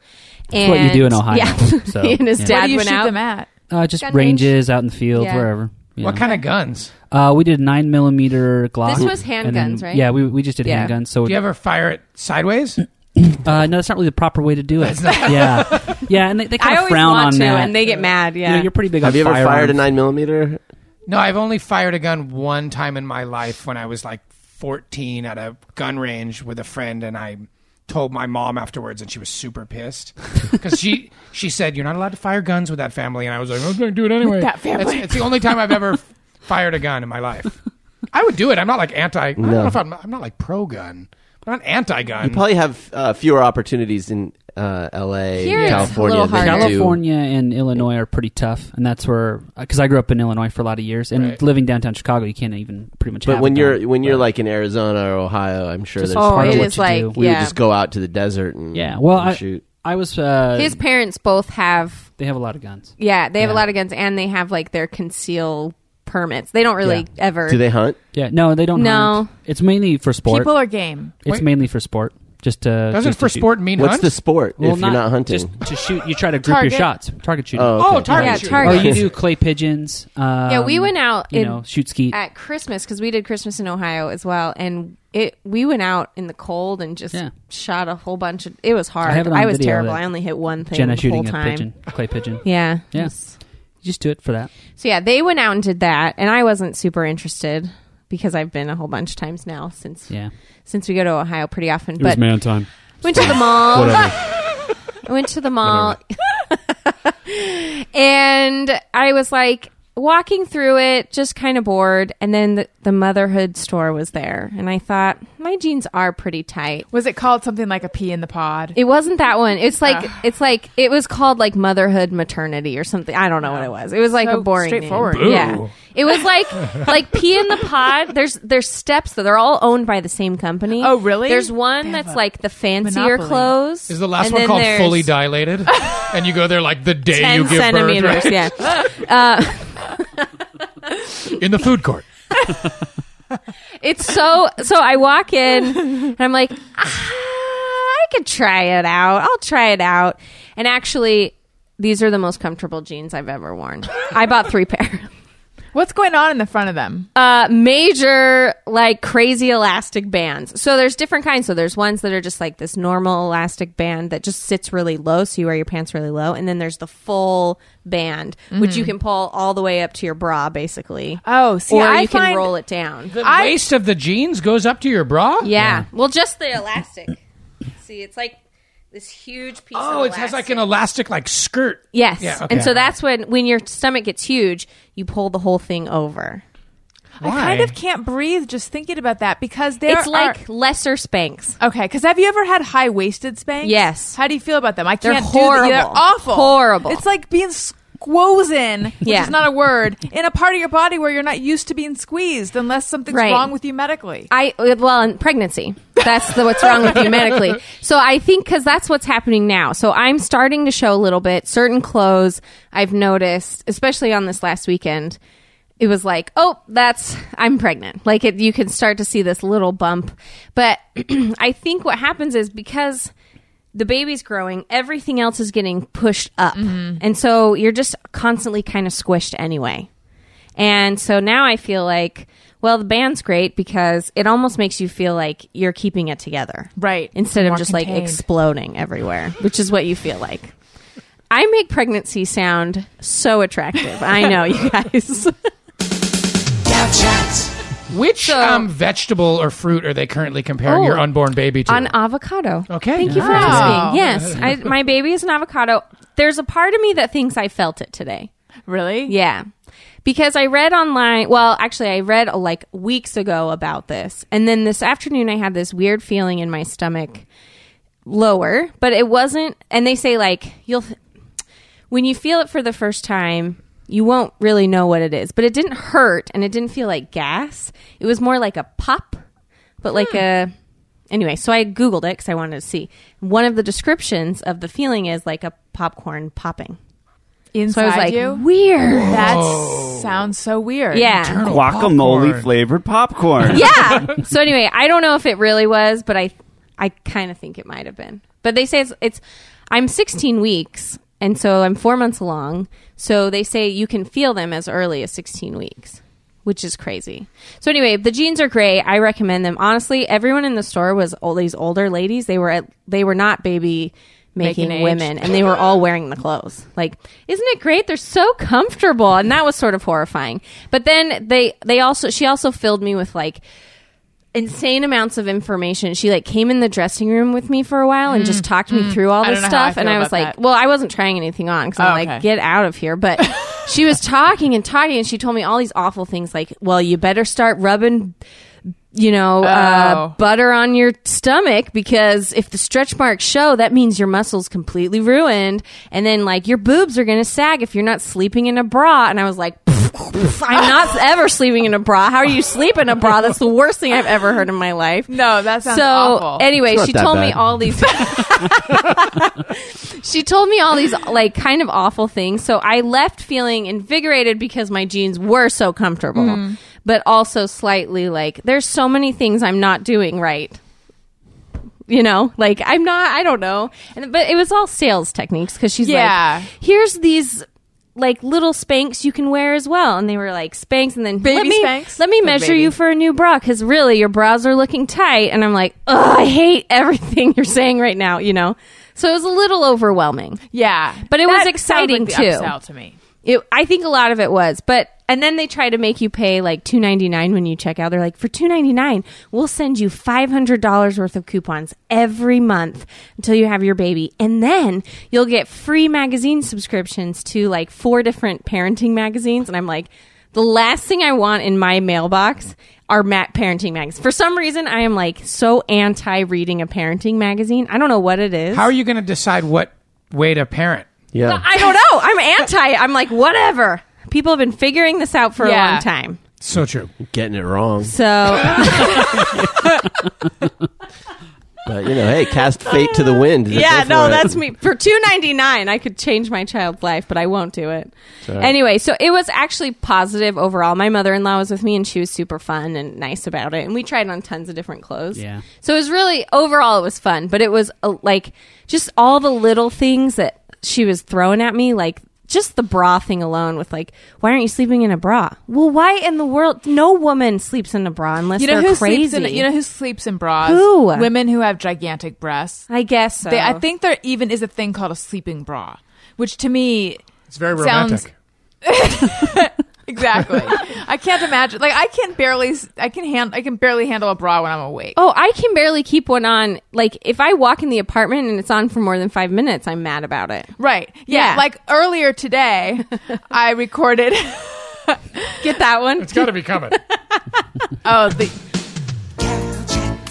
And what you do in Ohio, Yeah. so, he and his yeah. dad Where do you went shoot out. them at? Uh, just Gun range? ranges out in the field, Yeah. wherever. you What know. kind of guns? Uh, we did nine millimeter Glock. This was and then- handguns, right? Yeah, we, we just did Yeah. handguns. So Do you ever fire it sideways? uh, no, that's not really the proper way to do it. yeah, yeah, and they, they I kind of always frown want on to, that. and they get mad. Yeah, you know, you're pretty big Have on you ever fired a firearms. nine millimeter? No, I've only fired a gun one time in my life when I was like 14 at a gun range with a friend, and I told my mom afterwards, and she was super pissed because she she said you're not allowed to fire guns with that family, and I was like, I'm going to do it anyway. that family. It's, it's the only time I've ever fired a gun in my life. I would do it. I'm not like anti. I don't know if I'm, I'm not like pro gun. I'm not anti gun. You probably have uh, fewer opportunities in uh, L.A., Here it's a California, little than harder. you do- California and Illinois are pretty tough, and that's where because I grew up in Illinois for a lot of years, and Right. living downtown Chicago, you can't even pretty much. But have when a you're dog. when you're But- like in Arizona or Ohio, I'm sure Just there's all Oh, part of it what is you like do. we would yeah. just go out to the desert and yeah, well, and I, shoot. I was uh, His parents both have they have a lot of guns. yeah, they have Yeah. a lot of guns and they have like their conceal permits. They don't really ever Do they hunt? Yeah, no, they don't. No. hunt. it's mainly for sport. People are game. it's Wait. mainly for sport. Just to Doesn't just for to shoot. sport mean What's hunt? the sport Well, if you're not hunting? just to shoot. You try to group Target. your shots. Target shooting. oh, Oh, okay. target Yeah, shooting. Or target. you do clay pigeons. Um, Yeah, we went out You in- know, shoot skeet. at Christmas because we did Christmas in Ohio as well, and it we went out in the cold and just Yeah. shot a whole bunch of. It was hard. I have it on I was video terrible. that I only hit one thing Jenna the shooting whole a time. pigeon, clay pigeon. Yeah. Yeah. You just do it for that. So yeah, they went out and did that, and I wasn't super interested because I've been a whole bunch of times now since Yeah. since we go to Ohio pretty often. but man time. went to the mall. Whatever. I went to the mall and I was like walking through it, just kind of bored. And then the, the motherhood store was there. And I thought, my jeans are pretty tight. Was it called something like a pea in the pod? It wasn't that one. It's like it's like it was called like motherhood maternity or something. I don't know what it was. It was like So a boring name. straightforward. Boo. Yeah. It was like like pee in the pod. There's there's steps that they're all owned by the same company. Oh, really? There's one They have that's a like the fancier monopoly. clothes. Is the last and one then called there's- fully dilated? and you go there like the day 10 you give birth, centimeters. right? Yeah. in the food court. It's so, so I walk in and I'm like, ah, I could try it out. I'll try it out. And actually, these are the most comfortable jeans I've ever worn. I bought three pair. What's going on in the front of them? Uh, major, like crazy elastic bands. So there's different kinds. So there's ones that are just like this normal elastic band that just sits really low. So you wear your pants really low. And then there's the full band, which you can pull all the way up to your bra, basically. Mm-hmm. Oh, see, or I you find- can roll it down. The I- waist of the jeans goes up to your bra? Yeah. Well, just the elastic. See, it's like this huge piece. Oh, of it has like an elastic. elastic like skirt. Yes. Yeah, okay. And so that's when when your stomach gets huge, you pull the whole thing over. I kind of can't breathe just thinking about that because there it's are- like lesser spanks. Okay, because have you ever had high waisted spanks? Yes. How do you feel about them? I They're can't do that. horrible. They're awful. Horrible. It's like being squozen, which Yeah. is not a word, in a part of your body where you're not used to being squeezed unless something's Right. wrong with you medically. I well, in pregnancy. That's the, what's wrong with you medically. So I think because that's what's happening now. So I'm starting to show a little bit. Certain clothes I've noticed, especially on this last weekend, it was like, oh, that's I'm pregnant. Like it, you can start to see this little bump. But I think what happens is because the baby's growing, everything else is getting pushed up, Mm-hmm. and so you're just constantly kind of squished anyway. And so now I feel like, well, the band's great because it almost makes you feel like you're keeping it together. Right. Instead More of just like contained. exploding everywhere, which is what you feel like. I make pregnancy sound so attractive. I know, you guys. Couch shots. Which um, vegetable or fruit are they currently comparing Oh. your unborn baby to? On avocado. Okay. Thank you for Nice. Oh. asking. Yes. I, my baby is an avocado. There's a part of me that thinks I felt it today. really? Yeah. Because I read online, well, actually, I read uh, like weeks ago about this. And then this afternoon, I had this weird feeling in my stomach lower, but it wasn't. And they say, like, you'll, when you feel it for the first time, you won't really know what it is. But it didn't hurt and it didn't feel like gas. It was more like a pop, but like Hmm. a. Anyway, so I Googled it because I wanted to see. One of the descriptions of the feeling is like a popcorn popping. So Inside I was like, you? weird. That sounds so weird. Yeah. Guacamole Guacamole flavored popcorn. Yeah. so anyway, I don't know if it really was, but I I kind of think it might have been. But they say it's, it's I'm 16 weeks and so I'm 4 months along. So they say you can feel them as early as 16 weeks, which is crazy. So anyway, the jeans are great. I recommend them. Honestly, everyone in the store was all these older ladies. They were at, they were not baby making Making age. women and they were all wearing the clothes like isn't it great they're so comfortable and that was sort of horrifying but then they they also she also filled me with like insane amounts of information she like came in the dressing room with me for a while and just talked me through all Mm. I this don't know how I stuff and feel i was about like that. well i wasn't trying anything on because Oh, i'm like okay. get out of here but she was talking and talking and she told me all these awful things like well you better start rubbing you know, uh, Oh. butter on your stomach because if the stretch marks show, that means your muscles completely ruined, and then like your boobs are gonna sag if you're not sleeping in a bra. And I was like, I'm not ever sleeping in a bra. How do you sleep in a bra? That's the worst thing I've ever heard in my life. No, that sounds so awful. anyway, It's not she that told me bad. all these. she told me all these like kind of awful things. So I left feeling invigorated because my jeans were so comfortable, Mm. but also slightly like there's so many things I'm not doing right. You know, like I'm not. I don't know. And but it was all sales techniques because she's Yeah. like, here's these. Like little spanks you can wear as well, and they were like spanks, and then let Baby me Spanx? let me Like measure baby. you for a new bra because really your bras are looking tight and i'm like Ugh, i hate everything you're saying right now you know so it was a little overwhelming yeah, But it was That sounds exciting, like the too. Upsell to me. it, i think a lot of it was but and then they try to make you pay like 299 when you check out they're like for 299 we'll send you $500 worth of coupons every month until you have your baby and then you'll get free magazine subscriptions to like four different parenting magazines and i'm like the last thing I want in my mailbox are ma- parenting magazines. For some reason, I am like so anti reading a parenting magazine. I don't know what it is. How are you going to decide what way to parent? Yeah. I don't know. I'm anti. I'm like whatever. People have been figuring this out for a Yeah. long time. So true. Getting it wrong. So But, you know, hey, cast fate to the wind. yeah, Go no, for it. that's me. For two ninety nine, I could change my child's life, but I won't do it. Anyway, so it was actually positive overall. My mother in law was with me, and she was super fun and nice about it. And we tried on tons of different clothes. Yeah. So it was really overall, it was fun, but it was uh, like just all the little things that she was throwing at me, like. Just the bra thing alone, with like, why aren't you sleeping in a bra? Well, why in the world? No woman sleeps in a bra unless You know they're who crazy. sleeps in you know who sleeps in bras? Who? Women who have gigantic breasts. I guess so. They, I think there even is a thing called a sleeping bra, which to me It's very Sounds- romantic. exactly. I can't imagine. Like I can barely, s- I can hand, I can barely handle a bra when I'm awake. Oh, I can barely keep one on. Like if I walk in the apartment and it's on for more than five minutes, I'm mad about it. Right. Yeah. Yeah. Like earlier today, I recorded. Get that one? it's got to be coming. Oh, the,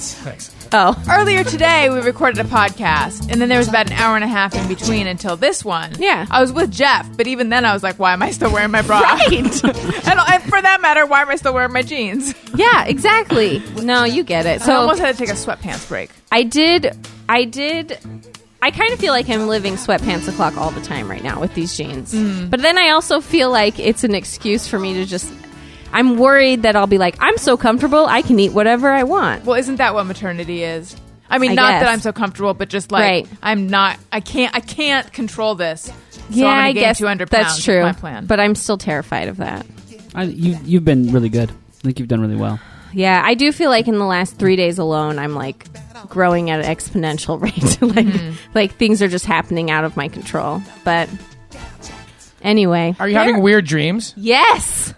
Thanks. Oh, earlier today we recorded a podcast, and then there was about an hour and a half in between until this one. Yeah. I was with Jeff, but even then I was like, why am I still wearing my bra? Right. and, and for that matter, why am I still wearing my jeans? yeah, exactly. No, you get it. So I So almost had to take a sweatpants break. I did. I did. I kind of feel like I'm living sweatpants o'clock all the time right now with these jeans. Mm. But then I also feel like it's an excuse for me to just. I'm worried that I'll be like, I'm so comfortable, I can eat whatever I want. Well, isn't that what maternity is? I mean, I not that guess. I'm so comfortable, but just like Right. I'm not. I can't. I can't control this. So yeah, I'm gonna I gain guess 200 pounds. that's is true. My plan, But I'm still terrified of that. I, you, you've been really good. I think you've done really well. Yeah, I do feel like in the last three days alone, I'm like growing at an exponential rate. like, Mm-hmm. like things are just happening out of my control. But anyway, Are you having weird dreams? yes,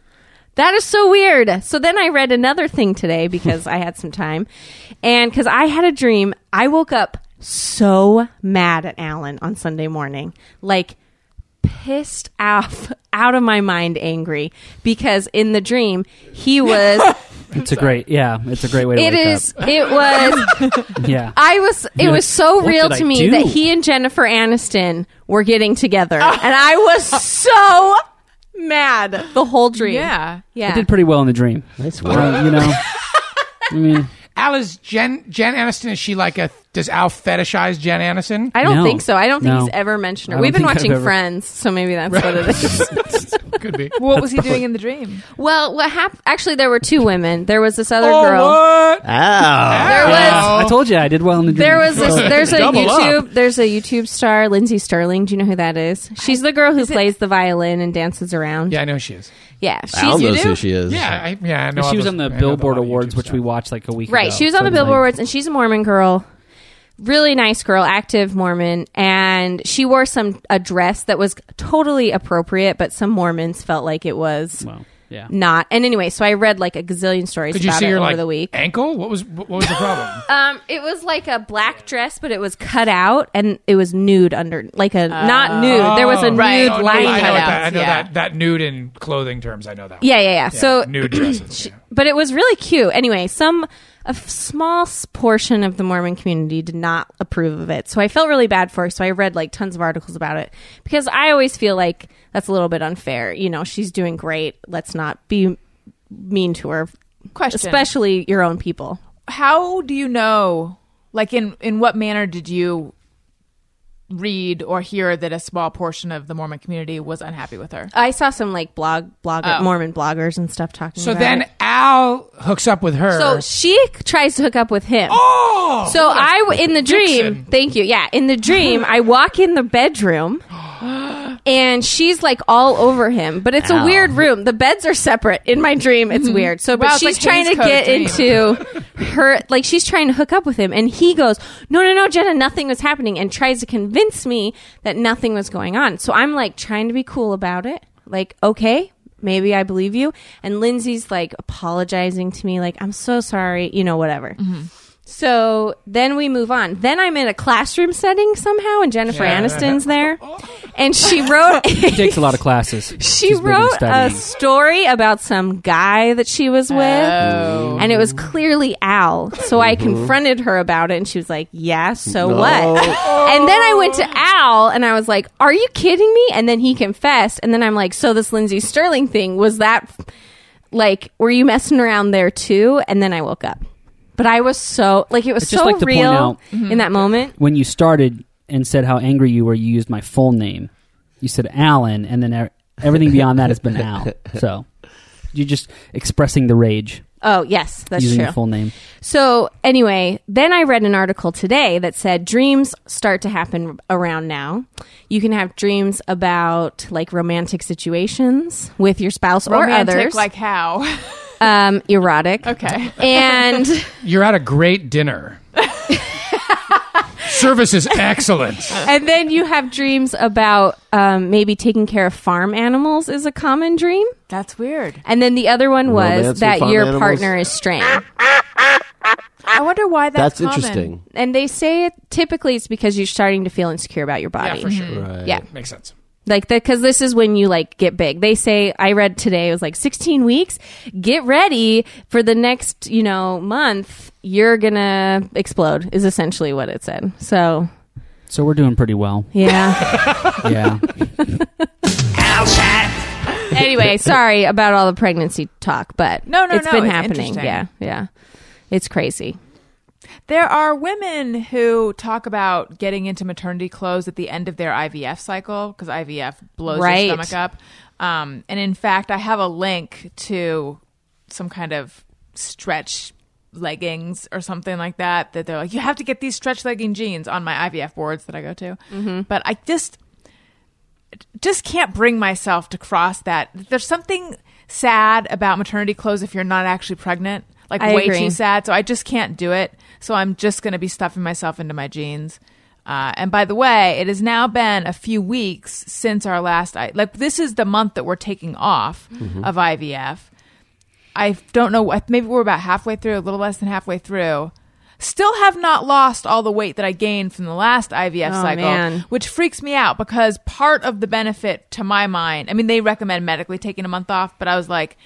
that is so weird. So then I read another thing today because I had some time, and because I had a dream, I woke up so mad at Alan on Sunday morning, like pissed off, out of my mind, angry because in the dream he was. It's a great, yeah, it's a great way to It wake is. Ah. It was. up. Yeah. I was. It You're was like, so "What real did to I me do?" that he and Jennifer Aniston were getting together, and I was so mad the whole dream. yeah, yeah. I did pretty well in the dream. Nice work. Uh, you know, I mean, Alice, Jen, Jen Aniston, is she like a, does Al fetishize Jen Aniston? I don't No. think so. I don't think No. he's ever mentioned I her. don't We've been think I've watching ever- Friends, so maybe that's what it is. Could be. What was he doing in the dream? well, what happened? Actually, there were two women. There was this other Oh, girl. what? Ow. There I was told you I did well in the dream. There was this, there's a Double up. YouTube there's a YouTube star Lindsay Sterling. Do you know who that is? She's the girl who plays the violin and dances around. Yeah, I know she is. yeah Al she's knows who she is. Yeah, I, yeah, I know. all she was those- on I the know Billboard a lot of Awards, YouTube which we stuff. watched like a week Right. ago. She was on So the it's like- Billboard Awards, and she's a Mormon girl. Really nice girl, active Mormon, and she wore some a dress that was totally appropriate, but some Mormons felt like it was Wow. oh, Yeah. not. And anyway, so I read like a gazillion stories Could you about see it your over like the week. ankle? What was what was the problem? Um, it was like a black dress, but it was cut out and it was nude under, like a not nude. there was a Oh, right. nude Oh, no, line I know, cut what out. that, I know yeah. that that nude in clothing terms. I know that. Yeah, yeah, yeah. So nude dresses. yeah. but it was really cute. Anyway, some a f- small s- portion of the Mormon community did not approve of it, so I felt really bad for her. So I read like tons of articles about it because I always feel like that's a little bit unfair. You know, she's doing great. Let's not be mean to her, Question. especially your own people. how do you know like in in what manner did you read or hear that a small portion of the mormon community was unhappy with her I saw some like blog blogger Oh. Mormon bloggers and stuff talking. So about then it. Al hooks up with her. So she tries to hook up with him. oh, So I w- in the dream. Dixon. Thank you. Yeah, in the dream, I walk in the bedroom, and she's like all over him. But it's a weird room. The beds are separate. In my dream, it's weird. So, but Wow, Mm-hmm. it's she's like trying Hayes to Code get dream. into her. Like she's trying to hook up with him, and he goes, "No, no, no, Jenna, nothing was happening," and tries to convince me that nothing was going on. So I'm like trying to be cool about it. Like, okay. Maybe I believe you. And Lindsay's like apologizing to me, like, I'm so sorry, you know, whatever. Mm-hmm. So then we move on. Then I'm in a classroom setting somehow, and Jennifer Yeah. Aniston's there, and she wrote She takes a lot of classes. she She's big in wrote a studying. story about some guy that she was with, Oh. and it was clearly Al. So I confronted her about it, and she was like, "Yeah, so what?" and then I went to Al, and I was like, "Are you kidding me?" And then he confessed, and then I'm like, "So this Lindsay Sterling thing was that like were you messing around there too?" And then I woke up. But I was so like it was I'd just so like to point real out- Mm-hmm. in that moment. when you started and said how angry you were, you used my full name. You said Alan, and then e- everything beyond that has been Al. So you're just expressing the rage Oh yes, that's using true. your full name. So, anyway, then I read an article today that said dreams start to happen around now. You can have dreams about like romantic situations with your spouse romantic or others, like how um, erotic. okay And you're at a great dinner. Service is excellent. and then you have dreams about um, maybe taking care of farm animals is a common dream. that's weird And then the other one was Romance with that farm your animals? partner is straying. i wonder why that's, That's common. interesting. And they say it, typically it's because you're starting to feel insecure about your Yeah, body. for sure. Right. Yeah. Makes sense. like that because this is when you like get big they say i read today it was like 16 weeks get ready for the next you know month you're gonna explode is essentially what it said so So we're doing pretty well. yeah Yeah. Al Chat. anyway sorry about all the pregnancy talk but No, no, it's no, been it's happening interesting. yeah yeah it's crazy there are women who talk about getting into maternity clothes at the end of their ivf cycle because ivf blows Right. your stomach up um, and in fact i have a link to some kind of stretch leggings or something like that that they're like you have to get these stretch legging jeans on my IVF boards that I go to. But I just just can't bring myself to cross that. There's something sad about maternity clothes if you're not actually pregnant. Like I way agree. too sad. So I just can't do it. So I'm just going to be stuffing myself into my jeans. Uh, and by the way, it has now been a few weeks since our last I- like this is the month that we're taking off of IVF. I don't know. I- Maybe we're about halfway through, a little less than halfway through. Still have not lost all the weight that I gained from the last IVF Oh, cycle, man. which freaks me out because part of the benefit to my mind, I mean, they recommend medically taking a month off, but I was like,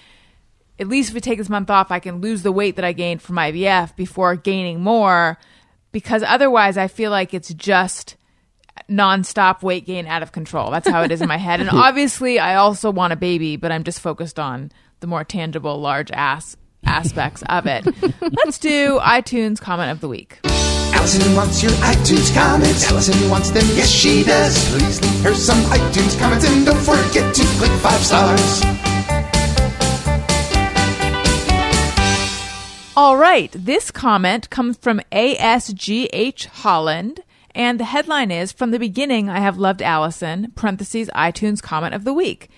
at least if we take this month off, I can lose the weight that I gained from IVF before gaining more because otherwise I feel like it's just nonstop weight gain out of control. That's how it is in my head. And obviously, I also want a baby, but I'm just focused on the more tangible, large ass aspects of it. Let's do iTunes comment of the week. Allison wants your iTunes comments. Allison wants them, yes she does. Please leave her some iTunes comments and don't forget to click five stars. All right. This comment comes from ASGH Holland. And the headline is From the beginning, I have loved Allison, parentheses, iTunes comment of the week.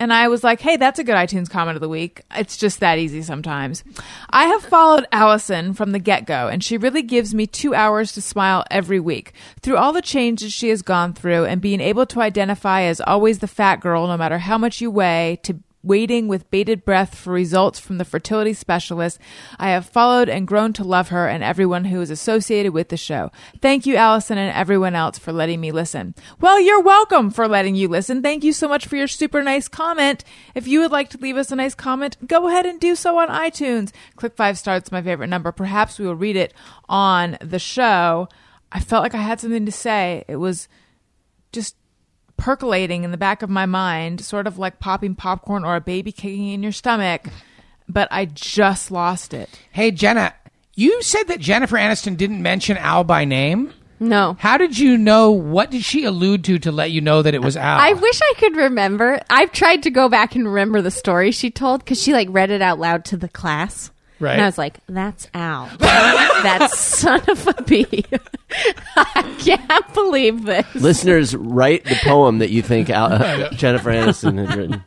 And I was like, hey, that's a good iTunes comment of the week. It's just that easy sometimes. I have followed Allison from the get go, and she really gives me two hours to smile every week. Through all the changes she has gone through and being able to identify as always the fat girl, no matter how much you weigh, to waiting with bated breath for results from the fertility specialist. I have followed and grown to love her and everyone who is associated with the show. Thank you, Allison, and everyone else for letting me listen. Well, you're welcome for letting you listen. Thank you so much for your super nice comment. If you would like to leave us a nice comment, go ahead and do so on iTunes. Click five stars, it's my favorite number. Perhaps we will read it on the show. I felt like I had something to say. It was just percolating in the back of my mind, sort of like popping popcorn or a baby kicking in your stomach. But I just lost it. Hey, Jenna, you said that Jennifer Aniston didn't mention Al by name. No. How did you know? What did she allude to to let you know that it was Al? I wish I could remember. I've tried to go back and remember the story she told because she like read it out loud to the class. Right. And I was like, that's Al. that son of a bee. I can't believe this. Listeners, write the poem that you think Al- uh, Jennifer Aniston had written.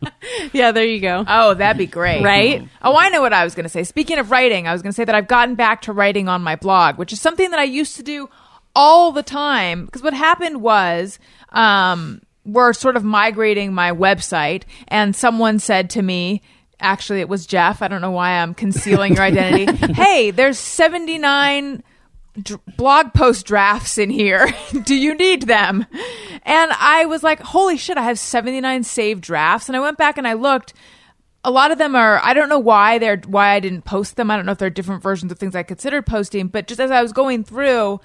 Yeah, there you go. Oh, that'd be great. Right? Oh, I know what I was going to say. Speaking of writing, I was going to say that I've gotten back to writing on my blog, which is something that I used to do all the time. Because what happened was, um, we're sort of migrating my website, and someone said to me, actually, it was Jeff. I don't know why I'm concealing your identity. hey, there's 79 dr- blog post drafts in here. Do you need them? And I was like, holy shit, I have 79 saved drafts. And I went back and I looked. A lot of them are, I don't know why they're, why I didn't post them. I don't know if they're different versions of things I considered posting, but just as I was going through,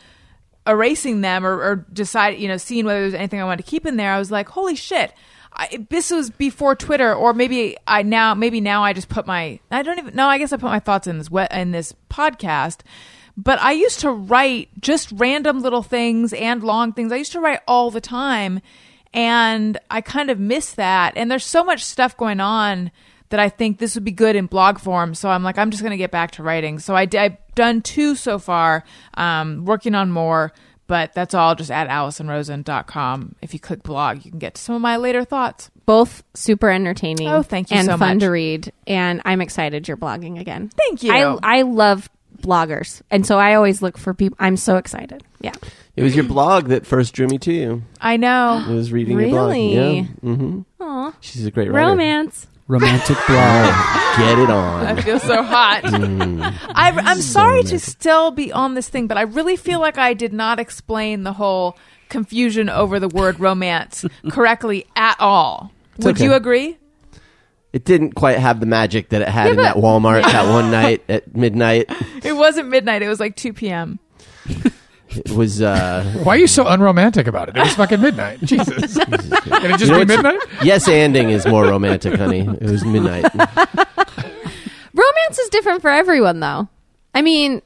erasing them or, or decide, you know, seeing whether there's anything I wanted to keep in there, I was like, holy shit. I, this was before Twitter, or maybe I now, maybe now I just put my, I don't even, no, I guess I put my thoughts in this, we- in this podcast. But I used to write just random little things and long things. I used to write all the time. And I kind of miss that. And there's so much stuff going on that I think this would be good in blog form. So I'm like, I'm just going to get back to writing. So I d- I've done two so far, um, working on more, but that's all just at AllisonRosen.com. If you click blog, you can get to some of my later thoughts. Both super entertaining. Oh, thank you And so fun much. to read. And I'm excited you're blogging again. Thank you. I, I love bloggers. And so I always look for people. I'm so excited. Yeah. It was your blog that first drew me to you. I It know. was reading your blog. Really? Yeah. hmm Aw. She's a great writer. Romance. Romantic blog. Get it on. I feel so hot. I, I'm sorry to still be on this thing, but I really feel like I did not explain the whole confusion over the word romance correctly at all. Would okay. you agree? It didn't quite have the magic that it had in but- that Walmart that one night at midnight. It wasn't midnight. It was like 2 p.m. It was uh, Why are you so unromantic about it? It was fucking midnight. Jesus. Can it just You know be what's- midnight? yes, anding is more romantic, honey. It was midnight. romance is different for everyone though i mean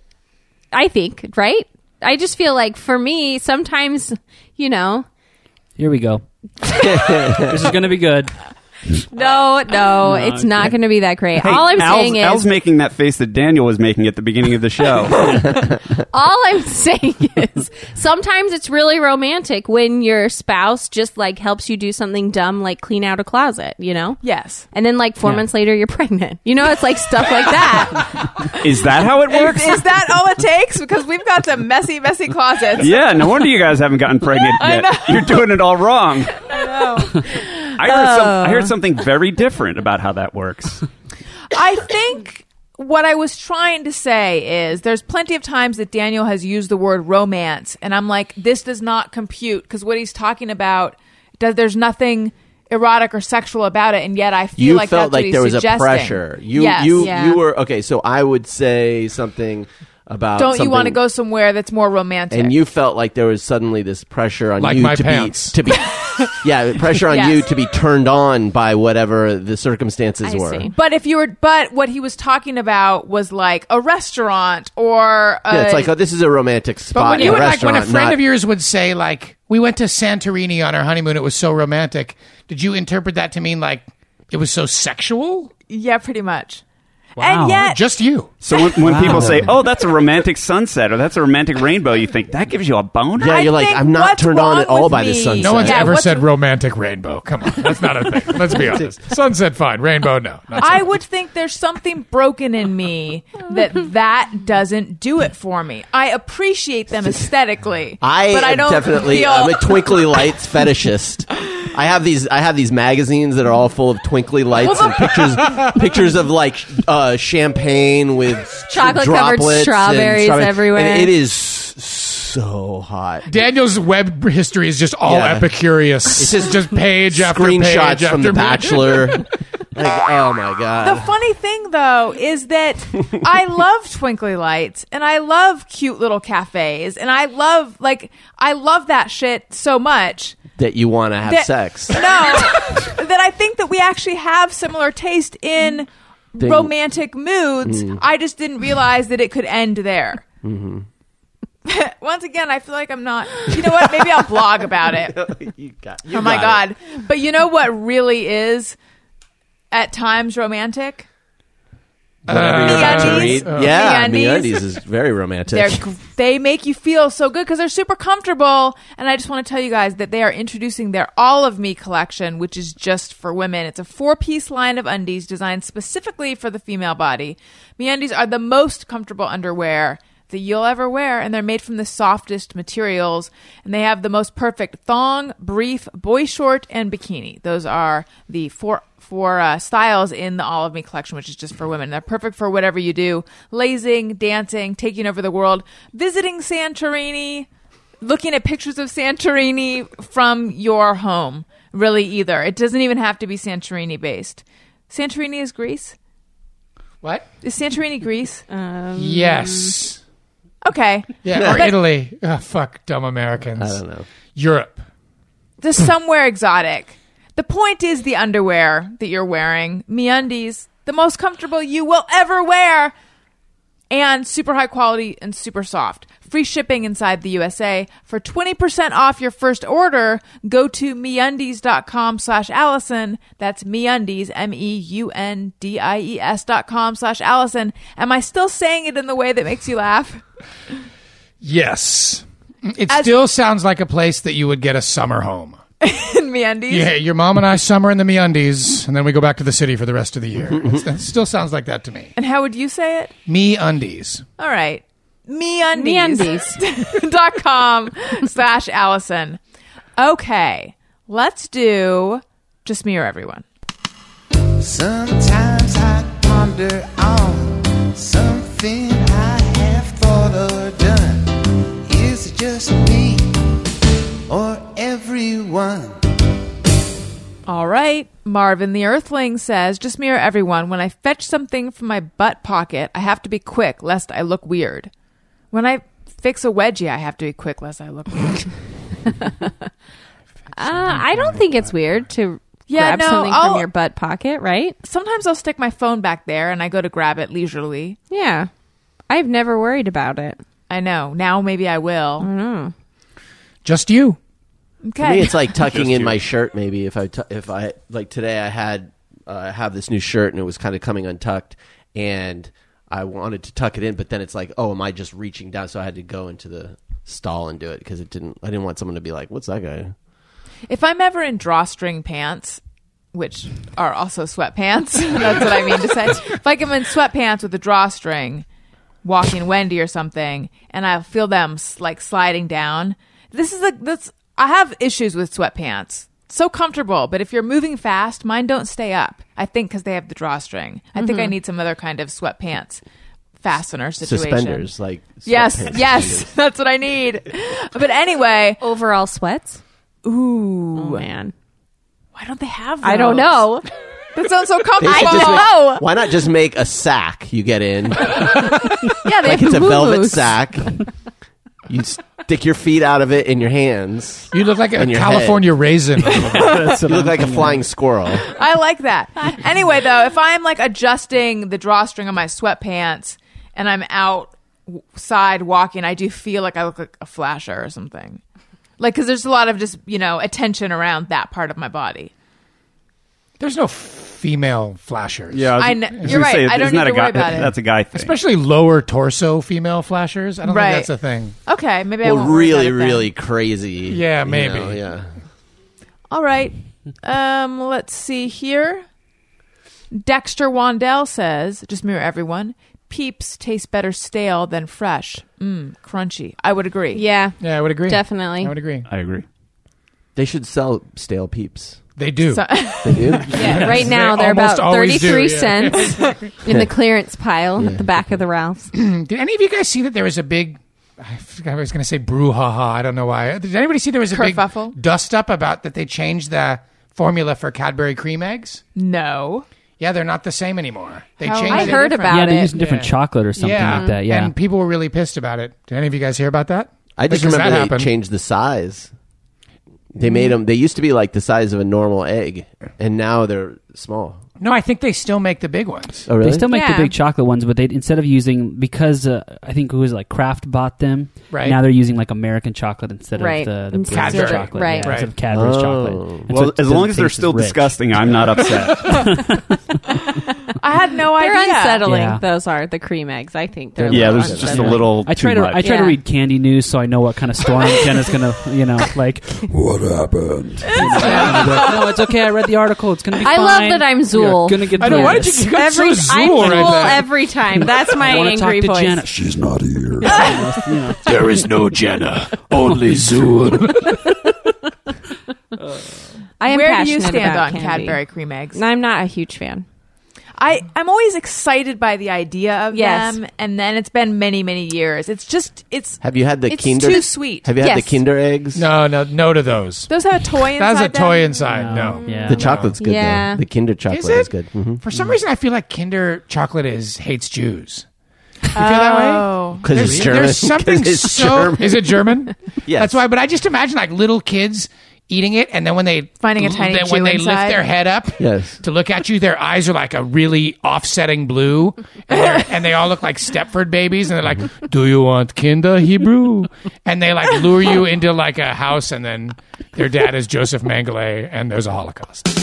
i think right i just feel like for me sometimes you know Here we go. this is going to be good. no no it's not going to be that great all i'm Al's, saying is Al's making that face that Daniel was making at the beginning of the show. all i'm saying is sometimes it's really romantic when your spouse just like helps you do something dumb like clean out a closet you know Yes. and then like four Yeah. months later you're pregnant you know it's like stuff like that is that how it works? Is that all it takes? Because we've got some messy, messy closets. Yeah, no wonder you guys haven't gotten pregnant yet. You're doing it all wrong. I heard, some, I Uh. heard something very different about how that works. I think what I was trying to say is there's plenty of times that Daniel has used the word romance, and I'm like, this does not compute because what he's talking about does there's nothing erotic or sexual about it, and yet I feel you like felt that's what like he's there was suggesting. a pressure. You Yes. you Yeah. you were okay. So I would say something about don't you something- want to go somewhere that's more romantic? And you felt like there was suddenly this pressure on Like you my to pants. be to be yeah pressure on Yes. you to be turned on by whatever the circumstances I were. see. but if you were, but what he was talking about was like a restaurant or a, Yeah, it's like oh, this is a romantic spot. But when in you a would like when a restaurant, friend not- of yours would say like we went to Santorini on our honeymoon, it was so romantic. Did you interpret that to mean like it was so sexual? yeah, pretty much. Wow. And yet, Just you. So when, when people Wow. say, "Oh, that's a romantic sunset" or "That's a romantic rainbow," you think that gives you a boner? Yeah, you're like think I'm not what's turned on wrong at all with by me- this sunset. No one's Yeah, ever what's- said romantic rainbow. Come on, that's not a thing. Let's be honest. Sunset, fine. Rainbow, no. Not so I would think there's something broken in me that that doesn't do it for me. I appreciate them aesthetically, I, but I am don't definitely uh, feel I'm a twinkly lights fetishist. I have these. I have these magazines that are all full of twinkly lights and pictures. pictures of like sh- uh, champagne with Chocolate-covered droplets and strawberries strawberry- everywhere. and it is s- so hot. Daniel's web history is just all Yeah. Epicurious. It's just just, page after page Screenshots after from The page. Bachelor. like, oh my god. The funny thing, though, is that I love twinkly lights and I love cute little cafes and I love like I love that shit so much. that you want to have that- sex. No, that I think that we actually have similar taste in romantic moods. Mm. I just didn't realize that it could end there. Mm-hmm. Once again, I feel like I'm not. You know what? Maybe I'll blog about it. You got- you Oh my got god! But you know what really is at times romantic? Uh, it. Whatever you're about to MeUndies. read. Oh. yeah, MeUndies. MeUndies is very romantic. They're gr- they make you feel so good because they're super comfortable. And I just want to tell you guys that they are introducing their All of Me collection, which is just for women. It's a four piece line of undies designed specifically for the female body. Me undies are the most comfortable underwear that you'll ever wear, and they're made from the softest materials. And they have the most perfect thong, brief, boy short, and bikini. Those are the four for uh, styles in the All of Me collection, which is just for women. They're perfect for whatever you do lazing, dancing, taking over the world, visiting Santorini, looking at pictures of Santorini from your home. Really, either. It doesn't even have to be Santorini based. Santorini is Greece. What? Is Santorini Greece? Yes. Okay. Yeah, or But- Italy. Ah, fuck, dumb Americans. I don't know. Europe. Just somewhere exotic. The point is the underwear that you're wearing, MeUndies, the most comfortable you will ever wear, and super high quality and super soft. Free shipping inside the USA. For 20% off your first order, go to MeUndies.com slash Allison. That's MeUndies, E M-E-U-N-D-I-E-S E dot com slash Allison. Am I still saying it in the way that makes you laugh? Yes. It As- still sounds like a place that you would get a summer home. In MeUndies? Yeah, your mom and I summer in the MeUndies, and then we go back to the city for the rest of the year. It's- It still sounds like that to me. And how would you say it? Me undies. All right. MeUndies. MeUndies. dot com slash Allison. Okay, let's do just me or everyone. Sometimes I ponder on something I have thought or done. Is it just me or everyone? All right. Marvin the Earthling says, Just me or everyone, when I fetch something from my butt pocket, I have to be quick lest I look weird. When I fix a wedgie, I have to be quick lest I look weird. Uh, I don't think it's weird to Yeah, grab no, something I'll- from your butt pocket, right? Sometimes I'll stick my phone back there and I go to grab it leisurely. Yeah. I've never worried about it. I know. Now maybe I will. Just you. Okay. For Mm-hmm. me, it's like tucking in my shirt. Maybe if I tu- if I like today, I had uh, I have this new shirt and it was kind of coming untucked, and I wanted to tuck it in, but then it's like, oh, am I just reaching down? So I had to go into the stall and do it because it didn't. I didn't want someone to be like, "What's that guy?" If I'm ever in drawstring pants, which are also sweatpants, that's what I mean to say. If like I'm in sweatpants with a drawstring, walking Wendy or something, and I feel them s- like sliding down, this is a that's I have issues with sweatpants. So comfortable, but if you're moving fast, mine don't stay up. I think because they have the drawstring. I think I need some other kind of sweatpants fastener situation. Suspenders, like Yes, sweatpants yes, suspenders. that's what I need. But anyway, Overall sweats? ooh, Oh, man. why don't they have? I don't those? know. That sounds so They comfortable. should just make- know. why not just make a sack you get in? Yeah, they like have it's a velvet moo-moos. sack. You stick your feet out of it in your hands. You look like a And your California raisin. You look like a flying squirrel. I like that. Anyway, though, if I'm like adjusting the drawstring on my sweatpants and I'm outside walking, I do feel like I look like a flasher or something. Like, because there's a lot of just, you know, attention around that part of my body. There's no female flashers. Yeah, I was- kn- was you're gonna right. I don't isn't that need to a worry guy- about it. That's a guy thing. Especially lower torso female flashers. I don't Right. think that's a thing. Okay, maybe I well, won't worry about really, it then. really crazy. Yeah, you maybe. know, yeah. All right. Um, let's see here. Dexter Wandell says, just mirror everyone, peeps taste better stale than fresh. Mmm, crunchy. I would agree. Yeah, Yeah, I would agree. definitely. I would agree. I agree. They should sell stale peeps. They do. So- They do. Yeah, right now They they're almost about always do, 33 yeah. cents in the clearance pile at the back of the Ralph's. Did any of you guys see that there was a big? I forgot I was going to say brouhaha. I don't know why. Did anybody see there was a Kerfuffle? big dust up about that they changed the formula for Cadbury cream eggs? no. Yeah, they're not the same anymore. They How- changed. I it. heard about yeah, they're it. using different Yeah. chocolate or something like that. Yeah, and people were really pissed about it. Did any of you guys hear about that? I just Because remember that they happened. changed the size. They made them. They used to be like the size of a normal egg, and now they're small. No, I think they still make the big ones. Oh, really? They still make Yeah. the big chocolate ones, but they instead of using because uh, I think it was like Kraft bought them. Right. now they're using like American chocolate instead Right. of the, the Instead Cadbury of- chocolate, right. yeah, instead Right. of Cadbury's Oh. chocolate. And so Well, it as doesn't long as they're taste still rich. disgusting, I'm not upset. I had no They're idea. unsettling. Yeah. Those are the cream eggs. I think they're yeah, a little there's just a unsettling. little. I try too to much. I try to Yeah. read candy news so I know what kind of storm Jenna's gonna you know like what happened. no, it's okay. I read the article. It's gonna be. I love fine. that I'm We are Zool. Gonna get I know. through Why did this. you? You got every so I'm Zool right cool there. every time. That's my I wanna talk angry to voice. Jenna. She's not here. There is no Jenna, only Zool. I am Where do passionate you stand about on candy. Cadbury cream eggs? I'm not a huge fan. I, I'm always excited by the idea of Yes. them, and then it's been many, many years. It's just, it's Have you had the it's Kinder? too sweet. Have you had Yes. the Kinder eggs? No, no, no to those. Those have a toy inside. That's a them? toy inside. No. yeah. The chocolate's good. Yeah. Though. The Kinder chocolate Is is, it? good. hmm For some reason, I feel like Kinder chocolate is hates Jews. You feel that way? Oh. Because it's German. There's something 'Cause it's so. German. Is it German? Yes. That's why. But I just imagine like little kids eating it, and then when they Finding a tiny then when Jew they inside. lift their head up, Yes. to look at you, their eyes are like a really offsetting blue, and, they're- and they all look like Stepford babies, and they're like, "Do you want Kinder Hebrew?" And they like lure you into like a house, and then their dad is Joseph Mengele, and there's a Holocaust. So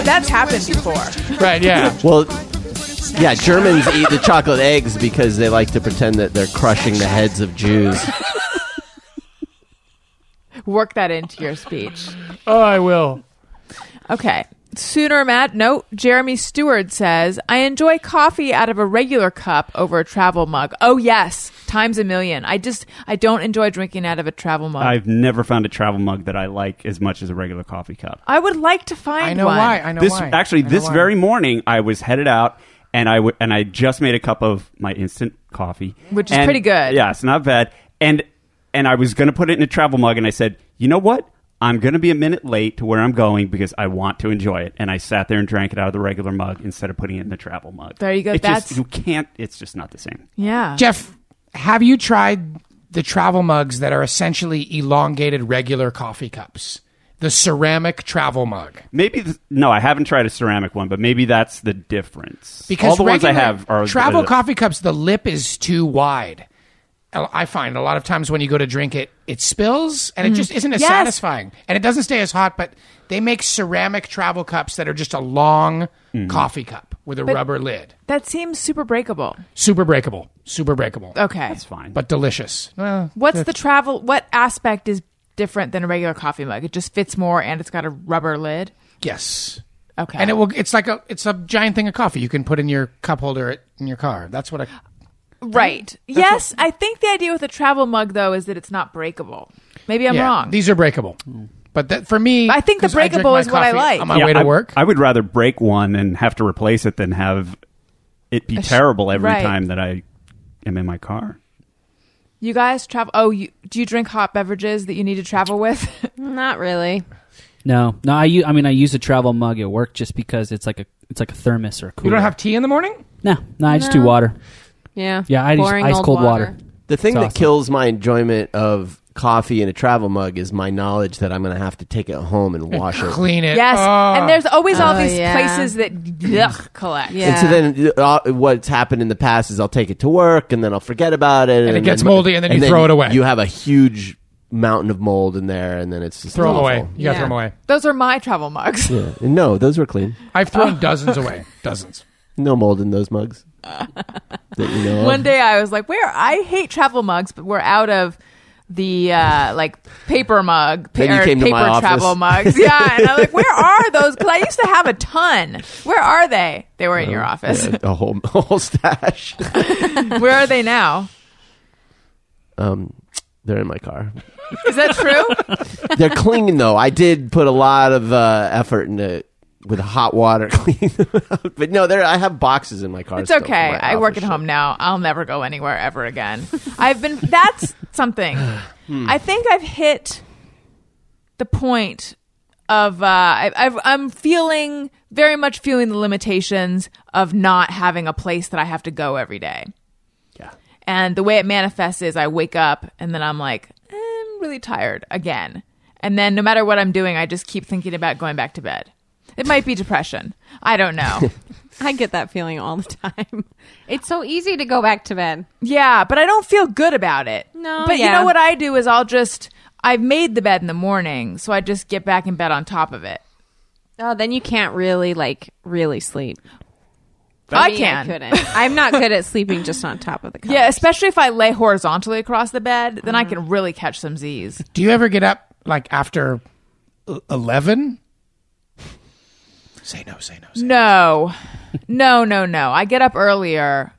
that's happened before. Right? Yeah. Well, yeah, Germans eat the chocolate eggs because they like to pretend that they're crushing the heads of Jews. Work that into your speech. Oh, I will. Okay. Sooner Matt, no, Jeremy Stewart says, I enjoy coffee out of a regular cup over a travel mug. Oh, yes, times a million. I just, I don't enjoy drinking out of a travel mug. I, I've never found a travel mug that I like as much as a regular coffee cup. would like to find I know one. why. I know this why. actually I know this why. very morning I was headed out and I w- and I just made a cup of my instant coffee, Which is And- pretty good. Yeah, it's not bad. And and I was going to put it in a travel mug, and I said, you know what? I'm going to be a minute late to where I'm going because I want to enjoy it. And I sat there and drank it out of the regular mug instead of putting it in the travel mug. There you go. It That's- just, you can't. It's just not the same. Yeah. Jeff, have you tried the travel mugs that are essentially elongated regular coffee cups? The ceramic travel mug. Maybe th- no, I haven't tried a ceramic one, but maybe that's the difference. because all the ones I regular have are travel are the- coffee cups. The lip is too wide. I I find a lot of times when you go to drink it, it spills, and it just isn't as Mm. Yes. satisfying, and it doesn't stay as hot. But they make ceramic travel cups that are just a long Mm-hmm. coffee cup with a rubber lid, That seems super breakable. super breakable, super breakable, Okay. It's fine. but delicious. Well, What's the travel, what aspect is different than a regular coffee mug? It just fits more and it's got a rubber lid. yes, Okay. and it will. It's like a it's a giant thing of coffee you can put in your cup holder at, in your car. That's what I. Right. Yes, I think the idea with a travel mug though is that it's not breakable. Maybe I'm yeah, wrong. These are breakable. But that, for me, I think the 'cause drink breakable my is what I coffee like. On my Mm. Yeah, way to I- work, I would rather break one and have to replace it than have it be sh- terrible every right. time that I am in my car. you guys travel Oh, you, do you drink hot beverages that you need to travel with? Not really. No, no. I u- I mean, I use a travel mug at work just because it's like a it's like a thermos or a cooler. You don't have tea in the morning? no, no. I just do water. Yeah. Yeah, I just Boring ice old cold water. The thing It's that awesome. kills my enjoyment of coffee in a travel mug is my knowledge that I'm going to have to take it home and wash it. Clean it. yes. Oh. and there's always all Oh, these yeah. places that ugh, collect. And Yeah. so then uh, what's happened in the past is I'll take it to work and then I'll forget about it. And, it gets then- moldy, and then you throw it away. You have a huge mountain of mold in there and then it's just throw them awful. away. You gotta Yeah. throw them away. Those are my travel mugs. Yeah. No, those were clean. I've thrown dozens away. Dozens. No mold in those mugs. that you know of. One day I was like, "Where I hate travel mugs, but we're out of the uh, like paper mug, pa- Then you or came to paper my office. travel mugs." Yeah, and I'm like, "Where are those?" Because I used to have a ton. Where are they? They were in Uh, your office. Yeah, a whole, a whole stash. Where are they now? Um, they're in my car. Is that true? They're clean though. I did put a lot of uh, effort into with hot water clean them out. But no, there I have boxes in my car. It's still from okay. my I work office at home shit. now. I'll never go anywhere ever again. I've been. That's something. Hmm. I think I've hit the point of. Uh, I, I've, I'm feeling very much feeling the limitations of not having a place that I have to go every day. Yeah. And the way it manifests is I wake up and then I'm like, "Eh, I'm really tired again. And then no matter what I'm doing, I just keep thinking about going back to bed. It might be depression. I don't know. I get that feeling all the time. It's so easy to go back to bed. Yeah, but I don't feel good about it. No, But you yeah. know what I do is I'll just I've made the bed in the morning, so I just get back in bed on top of it. Oh, then you can't really like really sleep. I Me, can. couldn't. I'm not good at sleeping just on top of the couch. Yeah, especially if I lay horizontally across the bed, then I can really catch some Z's. Do you ever get up like after eleven? Say no, say no, say No. no. No, no, no. I get up earlier.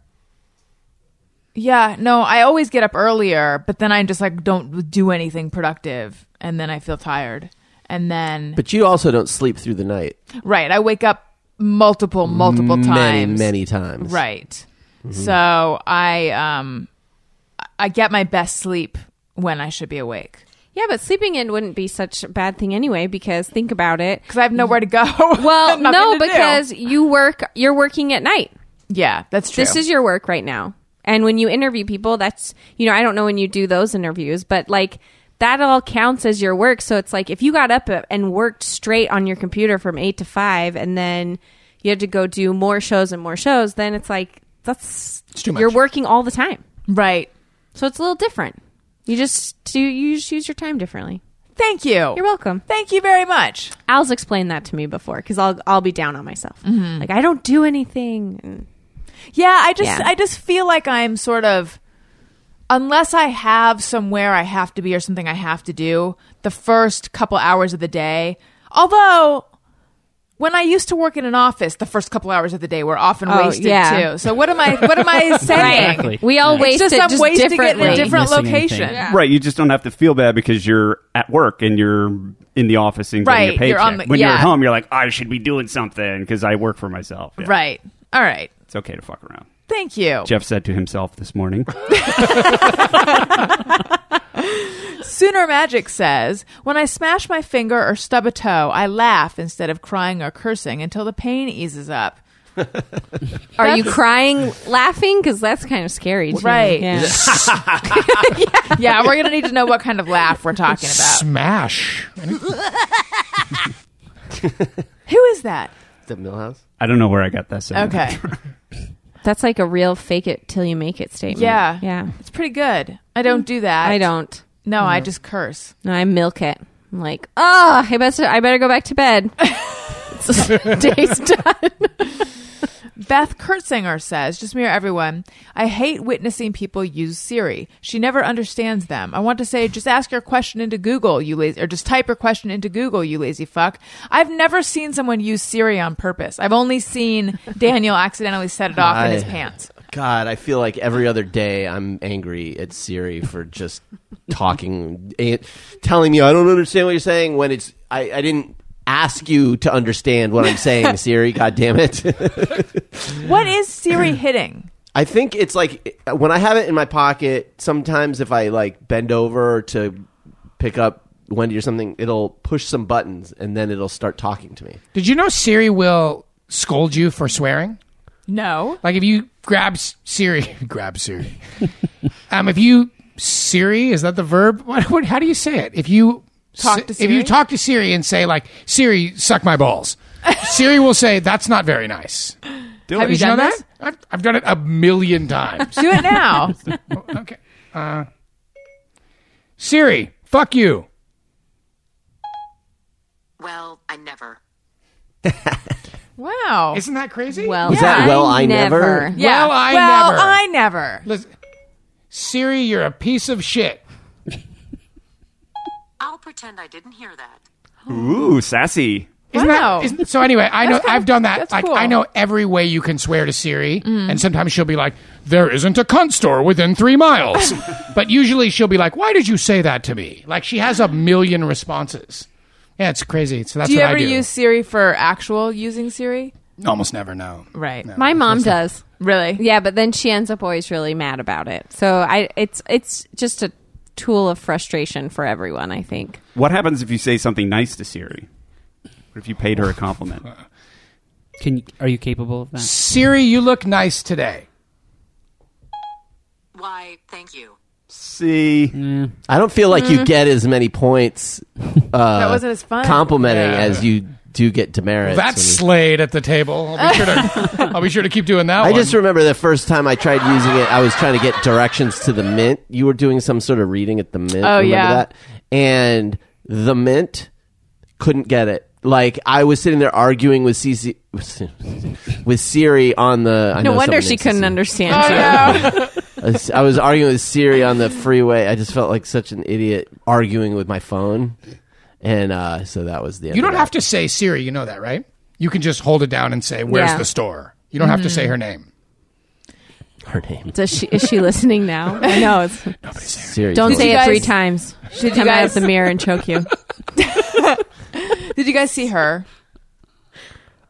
Yeah, no, I always get up earlier, but then I just like don't do anything productive and then I feel tired. And then But you also don't sleep through the night right, I wake up multiple multiple many, times. many times. Right. So I um I get my best sleep when I should be awake Yeah, but sleeping in wouldn't be such a bad thing anyway because think about it. because I have nowhere to go. Well, Nothing no, to do. because you work you're working at night. yeah, that's true. This is your work right now. And when you interview people, that's you know, I don't know when you do those interviews, but like that all counts as your work. So it's like if you got up and worked straight on your computer from 8 to 5 and then you had to go do more shows and more shows, then it's like that's too much. you're working all the time. right. So it's a little different. You just do you just use your time differently. Thank you. You're welcome. Thank you very much. Al's explained that to me before because I'll I'll be down on myself. Like I don't do anything. And Yeah, I just Yeah. I just feel like I'm sort of unless I have somewhere I have to be or something I have to do the first couple hours of the day. Although when I used to work in an office, the first couple hours of the day were often Oh, wasted yeah. too. So what am I what am I saying? Exactly. We all Yeah. waste It's just it I'm just wasting it in a differently. different Missing location. anything. Right, you just don't have to feel bad because you're at work and you're in the office and getting Right, a paycheck. you're on the- when you're yeah. at home, you're like, I should be doing something because I work for myself. Yeah. Right. All right. It's okay to fuck around. Thank you. Jeff said to himself this morning. Sooner Magic says, When I smash my finger or stub a toe, I laugh instead of crying or cursing until the pain eases up. Are you crying, laughing? Because that's kind of scary, too. Right. Yeah. Yeah, we're going to need to know what kind of laugh we're talking about. Smash. Who is that? The Millhouse. I don't know where I got that. Okay. sentence. That's like a real fake it till you make it statement. Yeah. yeah. It's pretty good. I don't do that. I don't. No, I just curse. No, I milk it. I'm like, oh, I better I better go back to bed. Day's done. Beth Kurtzinger says, just me or everyone, I hate witnessing people use Siri. She never understands them. I want to say, just ask your question into Google, you lazy, or just type your question into Google, you lazy fuck. I've never seen someone use Siri on purpose. I've only seen Daniel accidentally set it off in his I- pants. God, I feel like every other day I'm angry at Siri for just talking, it, telling me I don't understand what you're saying when it's I, I didn't ask you to understand what I'm saying, Siri. God damn it! What is Siri hitting? I think it's like when I have it in my pocket. Sometimes if I like bend over to pick up Wendy or something, it'll push some buttons and then it'll start talking to me. Did you know Siri will scold you for swearing? No. Like if you grab S- Siri, grab Siri. um, if you Siri is that the verb? What, what, how do you say it? If you Talk s- to if you Siri? talk to Siri and say like Siri, suck my balls. Siri will say that's not very nice. Have you Did you know done that? this? I've, I've done it a million times. Do it now. okay. Uh, Siri, fuck you. Well, I never. wow. Isn't that crazy? Well, Was that well, I never? Yeah. Well, I well, never. I never. Listen, Siri, you're a piece of shit. I'll pretend I didn't hear that. Ooh, sassy. Isn't Wow. that, isn't, so anyway, I know That's kinda- I've done that. that's Like cool. Mm. I know every way you can swear to Siri, and sometimes she'll be like, "There isn't a cunt store within three miles," but usually she'll be like, "Why did you say that to me?" Like she has a million responses. Yeah, it's crazy. So that's do you what ever I do. use Siri for actual using Siri? Almost never know. Right. No. My mom does. Really? Yeah, but then she ends up always really mad about it. So I, it's it's just a tool of frustration for everyone. I think. What happens if you say something nice to Siri? What if you paid her a compliment? Can you, are you capable of that? Siri, you look nice today. Why, thank you. See, I don't feel like you get as many points uh, that wasn't as fun. complimenting Yeah. as you do get demerits. That's And- Slade at the table. I'll be sure to, I'll be sure to keep doing that. I one. just remember the first time I tried using it, I was trying to get directions to the mint. You were doing some sort of reading at the mint. Oh, remember yeah. that? And the mint couldn't get it. Like I was sitting there arguing with CC with Siri on the. I No know someone wonder she named couldn't Cece. understand. Oh, you. yeah. I was- I was arguing with Siri on the freeway. I just felt like such an idiot arguing with my phone, and uh, so that was the. End You of don't that. have to say Siri. You know that, right? You can just hold it down and say, "Where's Yeah. the store?" You don't have to say her name. her name. Does she is she listening now? I know. It's, Siri. don't told say me. it guys- three times. She'll come out of guys- the mirror and choke you. Did you guys see her?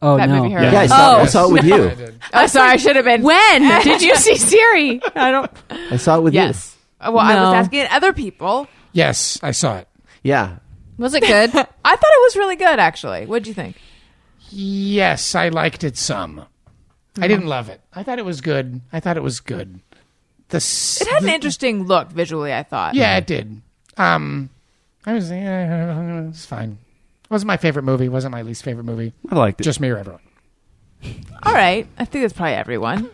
Oh That no. movie, her. Yeah, I saw, it. I Oh. saw it with I you. did. Oh, sorry. I should have been. When did you see Siri? I don't. I saw it with Yes. Uh, Well, I was No. asking other people. Yes, I saw it. you. Yeah. Was it good? I thought it was really good, actually. What'd you think? Yes, I liked it some. I didn't love it. I thought it was good. I thought it was good. The s- It had an interesting look visually, I thought. yeah, it did. Um, I was yeah, it was fine. It wasn't my favorite movie. Wasn't my least favorite movie. I liked it. Just me or everyone. All right. I think that's probably everyone.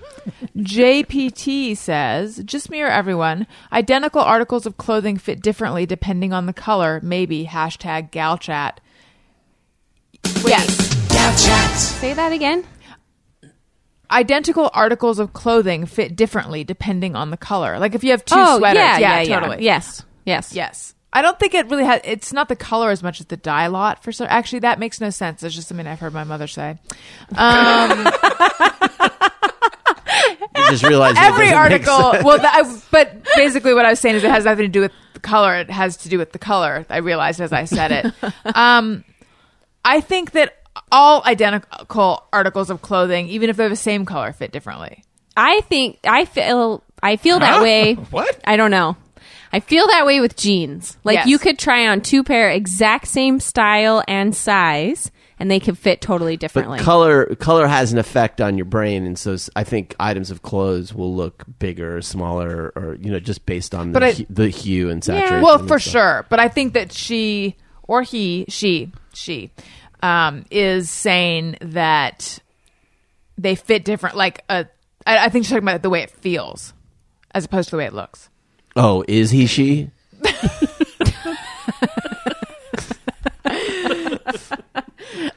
JPT says, just me or everyone, identical articles of clothing fit differently depending on the color, maybe. Hashtag gal chat. Yes. Say that again. Identical articles of clothing fit differently depending on the color. Like if you have two sweaters. Oh, yeah, yeah, totally. Yes, yes, Yes. I don't think it really has. It's not the color as much as the dye lot for sure. Actually, that makes no sense. It's just something I've heard my mother say. You just realized it doesn't Every make article, sense. well, that, I, but basically what I was saying is it has nothing to do with the color. It has to do with the color. I realized as I said it. um, I think that all identical articles of clothing, even if they're the same color, fit differently. I think I feel I feel that Huh? way. What? I don't know. I feel that way with jeans. Like Yes. you could try on two pair exact same style and size, and they could fit totally But differently. color color has an effect on your brain, and so s- I think items of clothes will look bigger, or smaller, or you know, just based on the, But I- hu- the hue and saturation. Well, and for stuff. sure. But I think that she or he, she, she, um, is saying that they fit different. Like, uh, I, I think she's talking about the way it feels as opposed to the way it looks. Oh, is he she?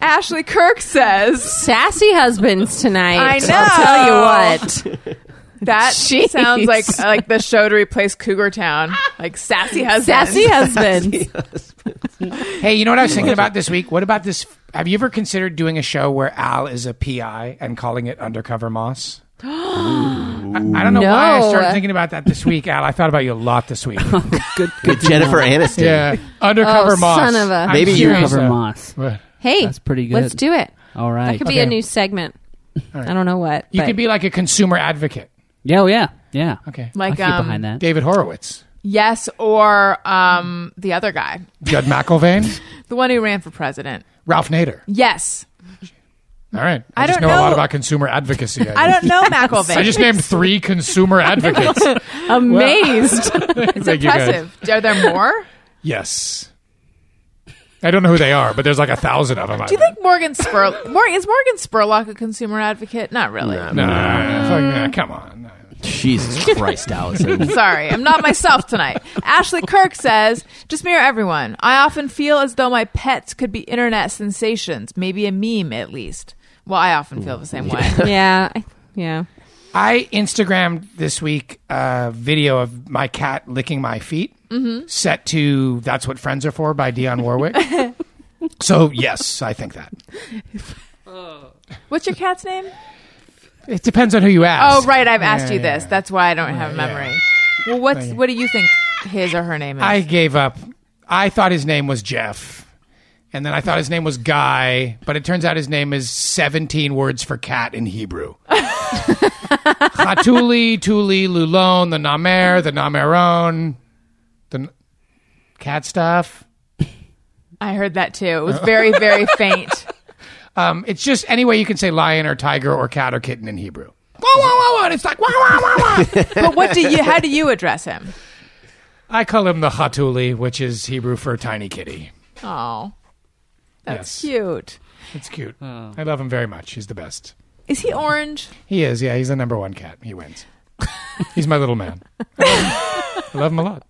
Ashley Kirk says Sassy husbands tonight. I I'll tell you what. that Jeez. sounds like like the show to replace Cougar Town, like sassy husband. Sassy husbands. Hey, you know what I was thinking about this week? What about this? Have you ever considered doing a show where Al is a PI and calling it Undercover Moss? I, I don't know why I No. started thinking about that this week, Al. I thought about you a lot this week. Oh, Good. With Jennifer Aniston. yeah, Undercover Oh, Moss. son of a- I'm Maybe you serious, Cover though. moss. What? hey, That's pretty good. Let's do it. All right. That could be a new segment. I don't know what. You but- could be like a consumer advocate. Yeah. Oh, yeah. Yeah. Okay. I Like can get um, behind that. David Horowitz, yes, or um, the other guy, Judd McElvain, the one who ran for president. Ralph Nader. Yes, All right. I just don't know, a lot know. about consumer advocacy. I don't know McElvain. I just named three consumer advocates. amazed. it's Thank you, guys. impressive. Are there more? Yes. I don't know who they are, but there's like a thousand of them. Do you think Morgan Spurlock Morgan, is Morgan Spurlock a consumer advocate? Not really. No, fuck, no, come on. Jesus Christ, Allison. Sorry, I'm not myself tonight. Ashley Kirk says, "Just mirror everyone. I often feel as though my pets could be internet sensations, maybe a meme at least." Well, I often feel the same way. yeah, I- yeah. I Instagrammed this week a video of my Mm-hmm. cat licking my feet, set to "That's What Friends Are For" by Dionne Warwick. So yes, I think that. What's your cat's name? It depends on who you ask. Oh, right. I've asked Yeah, you yeah, this. That's why I don't have Yeah. memory. Well, what's Thank you. what do you think his or her name is? I gave up. I thought his name was Jeff. And then I thought his name was Guy, but it turns out his name is 17 words for cat in Hebrew. Hatuli, Tuli, Lulon, the Namer, the Nameron, the n- cat stuff. I heard that too. It was very very faint. Um, it's just any way you can say lion or tiger or cat or kitten in Hebrew. Whoa, whoa, whoa, whoa. And it's like, wah, wah, wah, wah. But what do you? How do you address him? I call him the Hatuli, which is Hebrew for tiny kitty. Oh, that's Yes. cute. It's cute. I love him very much. He's the best. Is he orange? He is, yeah. He's the number one cat. He wins. he's my little man. I love him. I love him a lot.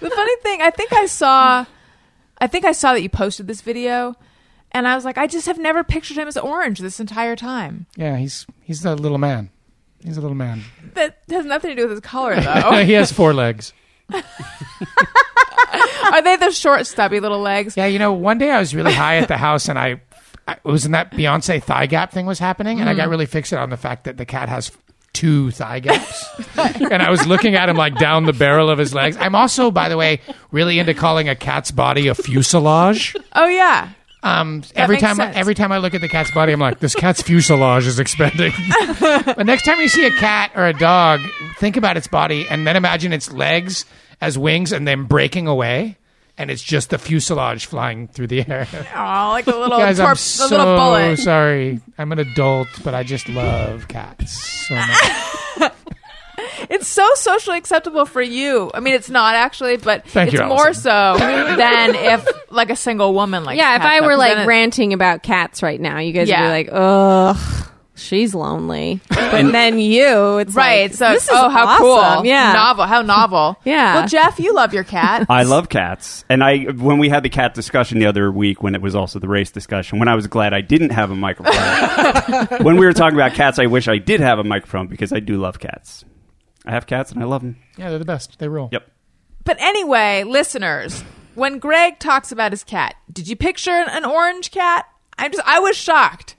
The funny thing, I think I saw, I think I saw that you posted this video, and I was like, I just have never pictured him as orange this entire time. Yeah, he's he's the little man. He's a little man. That has nothing to do with his color, though. he has four legs. Are they the short, stubby little legs? Yeah, you know, one day I was really high at the house and I, I it was in that Beyonce thigh gap thing was happening and I got really fixated on the fact that the cat has two thigh gaps. and I was looking at him like down the barrel of his legs. I'm also, by the way, really into calling a cat's body a fuselage. Oh yeah. Um, every makes time, sense. every time I look at the cat's body, I'm like, this cat's fuselage is expanding. but next time you see a cat or a dog, think about its body and then imagine its legs as wings and then breaking away, and it's just the fuselage flying through the air. Oh, like a little Guys, I'm torp- so a little bullet. sorry. I'm an adult, but I just love cats so much. It's so socially acceptable for you. I mean, it's not actually, but Thank it's you, more so than if like a single woman like yeah, if I were like ran ranting about cats right now, you guys Yeah. would be like, ugh, she's lonely. But then you, it's right. like, so this is oh, how awesome. cool! Yeah. novel. How novel! Yeah. Well, Jeff, you love your cat. I love cats, and I when we had the cat discussion the other week, when it was also the race discussion, when I was glad I didn't have a microphone. when we were talking about cats, I wish I did have a microphone because I do love cats. I have cats and I love them. Yeah, they're the best. They rule. Yep. But anyway, listeners, when Greg talks about his cat, did you picture an, an orange cat? I'm just, I was shocked.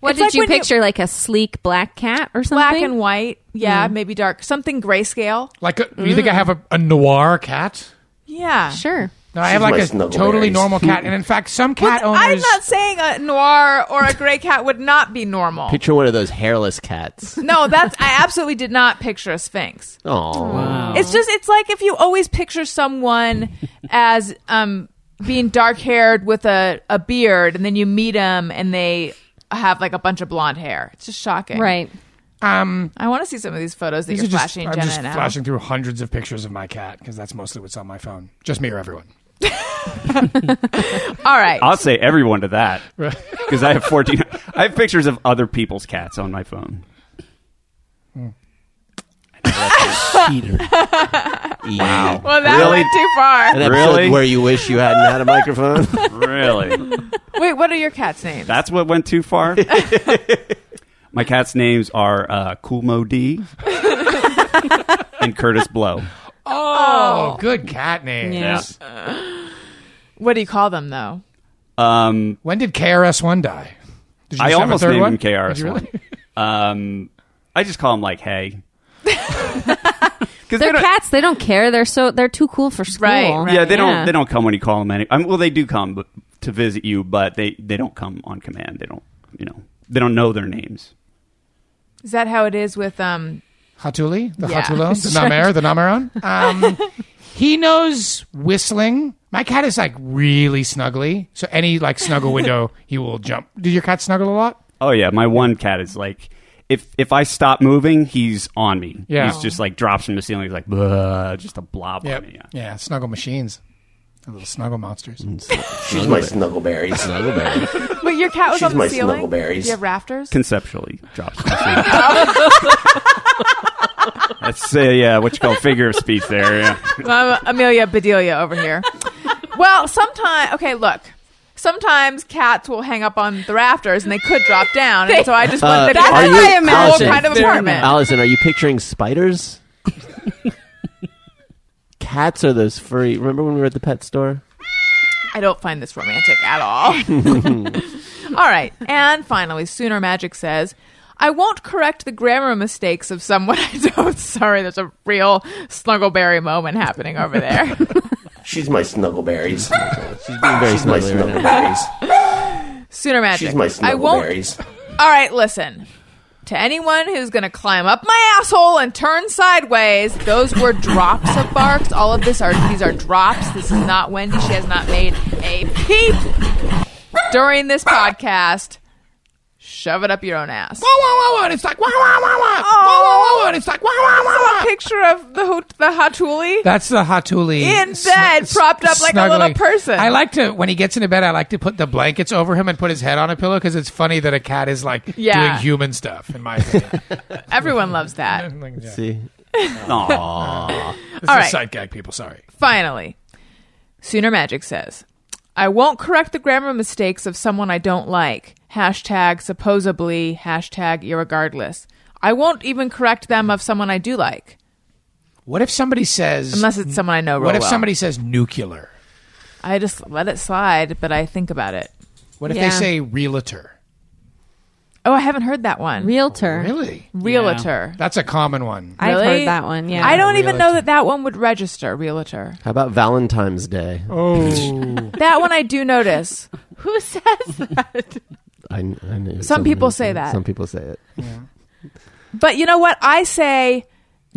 What It's did like you when picture? like a sleek black cat or something? Hmm. Black and white. Yeah, maybe dark. Something grayscale. Like, a, you think I have a, a noir cat? Yeah. Sure. No, I have like a likes Nuzzleberries. totally normal cat, and in fact, some cat Well, owners. I'm not saying a noir or a gray cat would not be normal. Picture one of those hairless cats. no, that's I absolutely did not picture a sphinx. Oh, It's just it's like if you always picture someone as um being dark haired with a, a beard and then you meet them and they have like a bunch of blonde hair. It's just shocking. Right. um, I want to see some of these photos that these you're are just- flashing, I'm Jenna. just now. flashing through hundreds of pictures of my cat because that's mostly what's on my phone. Just me or everyone. All right. I'll say everyone to that because I have fourteen. I have pictures of other people's cats on my phone. Peter. wow. well, that Really? went too far. An episode Really? where you wish you hadn't had a microphone. Really, Wait, what are your cat's names? that's what went too far. my cats' names are uh, Kulmo D and Curtis Blow. Oh, good cat names. what do you call them, though? Um, When did KRS-One die? Did you I just have a almost third named one? him KRS Did you One. really? Um, I just call him like Hey. Because They're cats. They don't care. They're so they're too cool for school. Right, right. Yeah, they don't. They don't come when you call them. Any. I mean, well, they do come but, to visit you, but they they don't come on command. They don't. You know, they don't know their names. Is that how it is with um? Hatuli, the Yeah. Hatulon, the Namer, the Nameron. Um, he knows whistling. My cat is like really snuggly, so any like snuggle window, he will jump. Did your cat snuggle a lot? Oh yeah, my one cat is like. If, if I stop moving, he's on me. Yeah. He's just like drops from the ceiling. He's like, "Bleh," just a blob on me. Yeah, yeah, snuggle machines, They're little snuggle monsters. Mm. She's my snuggleberries. Snuggleberry. Wait, your cat was She's on the my ceiling. Do snuggleberries. you have rafters? Conceptually, drops from the ceiling. That's, uh, yeah, what you call figure of speech there. Yeah. Well, I'm Amelia Bedelia over here. well, sometimes, okay, look. Sometimes cats will hang up on the rafters and they could drop down. And so I just Uh, wanted to are get you- a whole Allison, kind of apartment. Allison, are you picturing spiders? Cats are those furry. Remember when we were at the pet store? I don't find this romantic at all. all right. And finally, Sooner Magic says, I won't correct the grammar mistakes of someone I don't. Sorry, there's a real Snuggleberry moment happening over there. She's my snuggleberries. She's being very She's my snuggly right snuggleberries. Sooner Magic. She's my I won't. snuggleberries. All right, listen. To anyone who's going to climb up my asshole and turn sideways, those were drops of barks. All of this are these are drops. This is not Wendy. She has not made a peep during this podcast. Shove it up your own ass. Whoa, whoa, whoa, whoa. And it's like, wah, wah, wah, wah. Whoa, whoa, whoa, whoa. And it's like, wah, wah, wah, A wah. picture of the ho- the Hatuli. That's the Hatuli. In bed, propped up like a little snuggling. person. I like to, when he gets into bed, I like to put the blankets over him and put his head on a pillow because it's funny that a cat is like Yeah. doing human stuff, in my opinion. Everyone loves that. Like, yeah. See, This All is a right. sight gag, people. Sorry. Finally, Sooner Magic says, I won't correct the grammar mistakes of someone I don't like. Hashtag supposedly, hashtag irregardless. I won't even correct them of someone I do like, What if somebody says, unless it's someone I know real what if well. somebody says nuclear? I just let it slide, but I think about it. What if Yeah. they say realtor? Oh, I haven't heard that one. Realtor. Really? realtor. That's a common one. I've Really? heard that one. Yeah. I don't even know that that one would register, realtor. how about Valentine's Day? Oh. That one I do notice. who says that. I, I knew Some people somebody- say that. Some people say it. But you know what? I say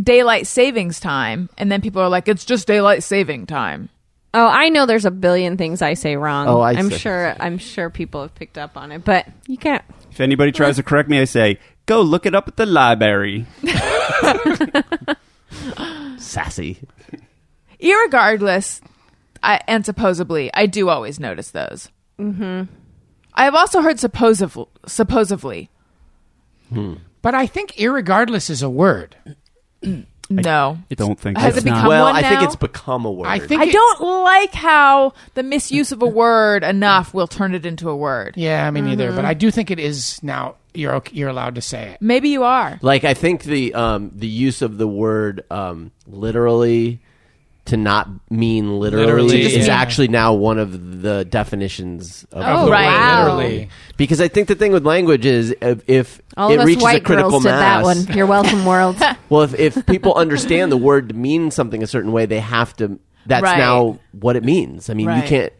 daylight savings time, and then people are like, it's just daylight saving time. Oh, I know there's a billion things I say wrong. Oh, I am see. sure I'm sure people have picked up on it, but you can't If anybody tries to correct me, I say, go look it up at the library. Sassy. irregardless I, and supposedly i do always notice those mm-hmm. i have also heard supposedly supposedly but I think irregardless is a word. no Don't think Has so. it become- well, one I think now? it's become a word. I think i it- don't like how the misuse of a word enough will turn it into a word Yeah, me neither. Mm-hmm. But I do think it is now. You're okay, you're allowed to say it. maybe you are Like I think the um, the use of the word um, literally to not mean literally, Literally, is yeah. actually now one of the definitions of Oh, the right. word Wow. Literally. Because I think the thing with language is if, if all it of us reaches a white critical girls did that mass. one. You're welcome, world. Well, if, if people understand the word to mean something a certain way, they have to. That's Right. now what it means. I mean, Right. you can't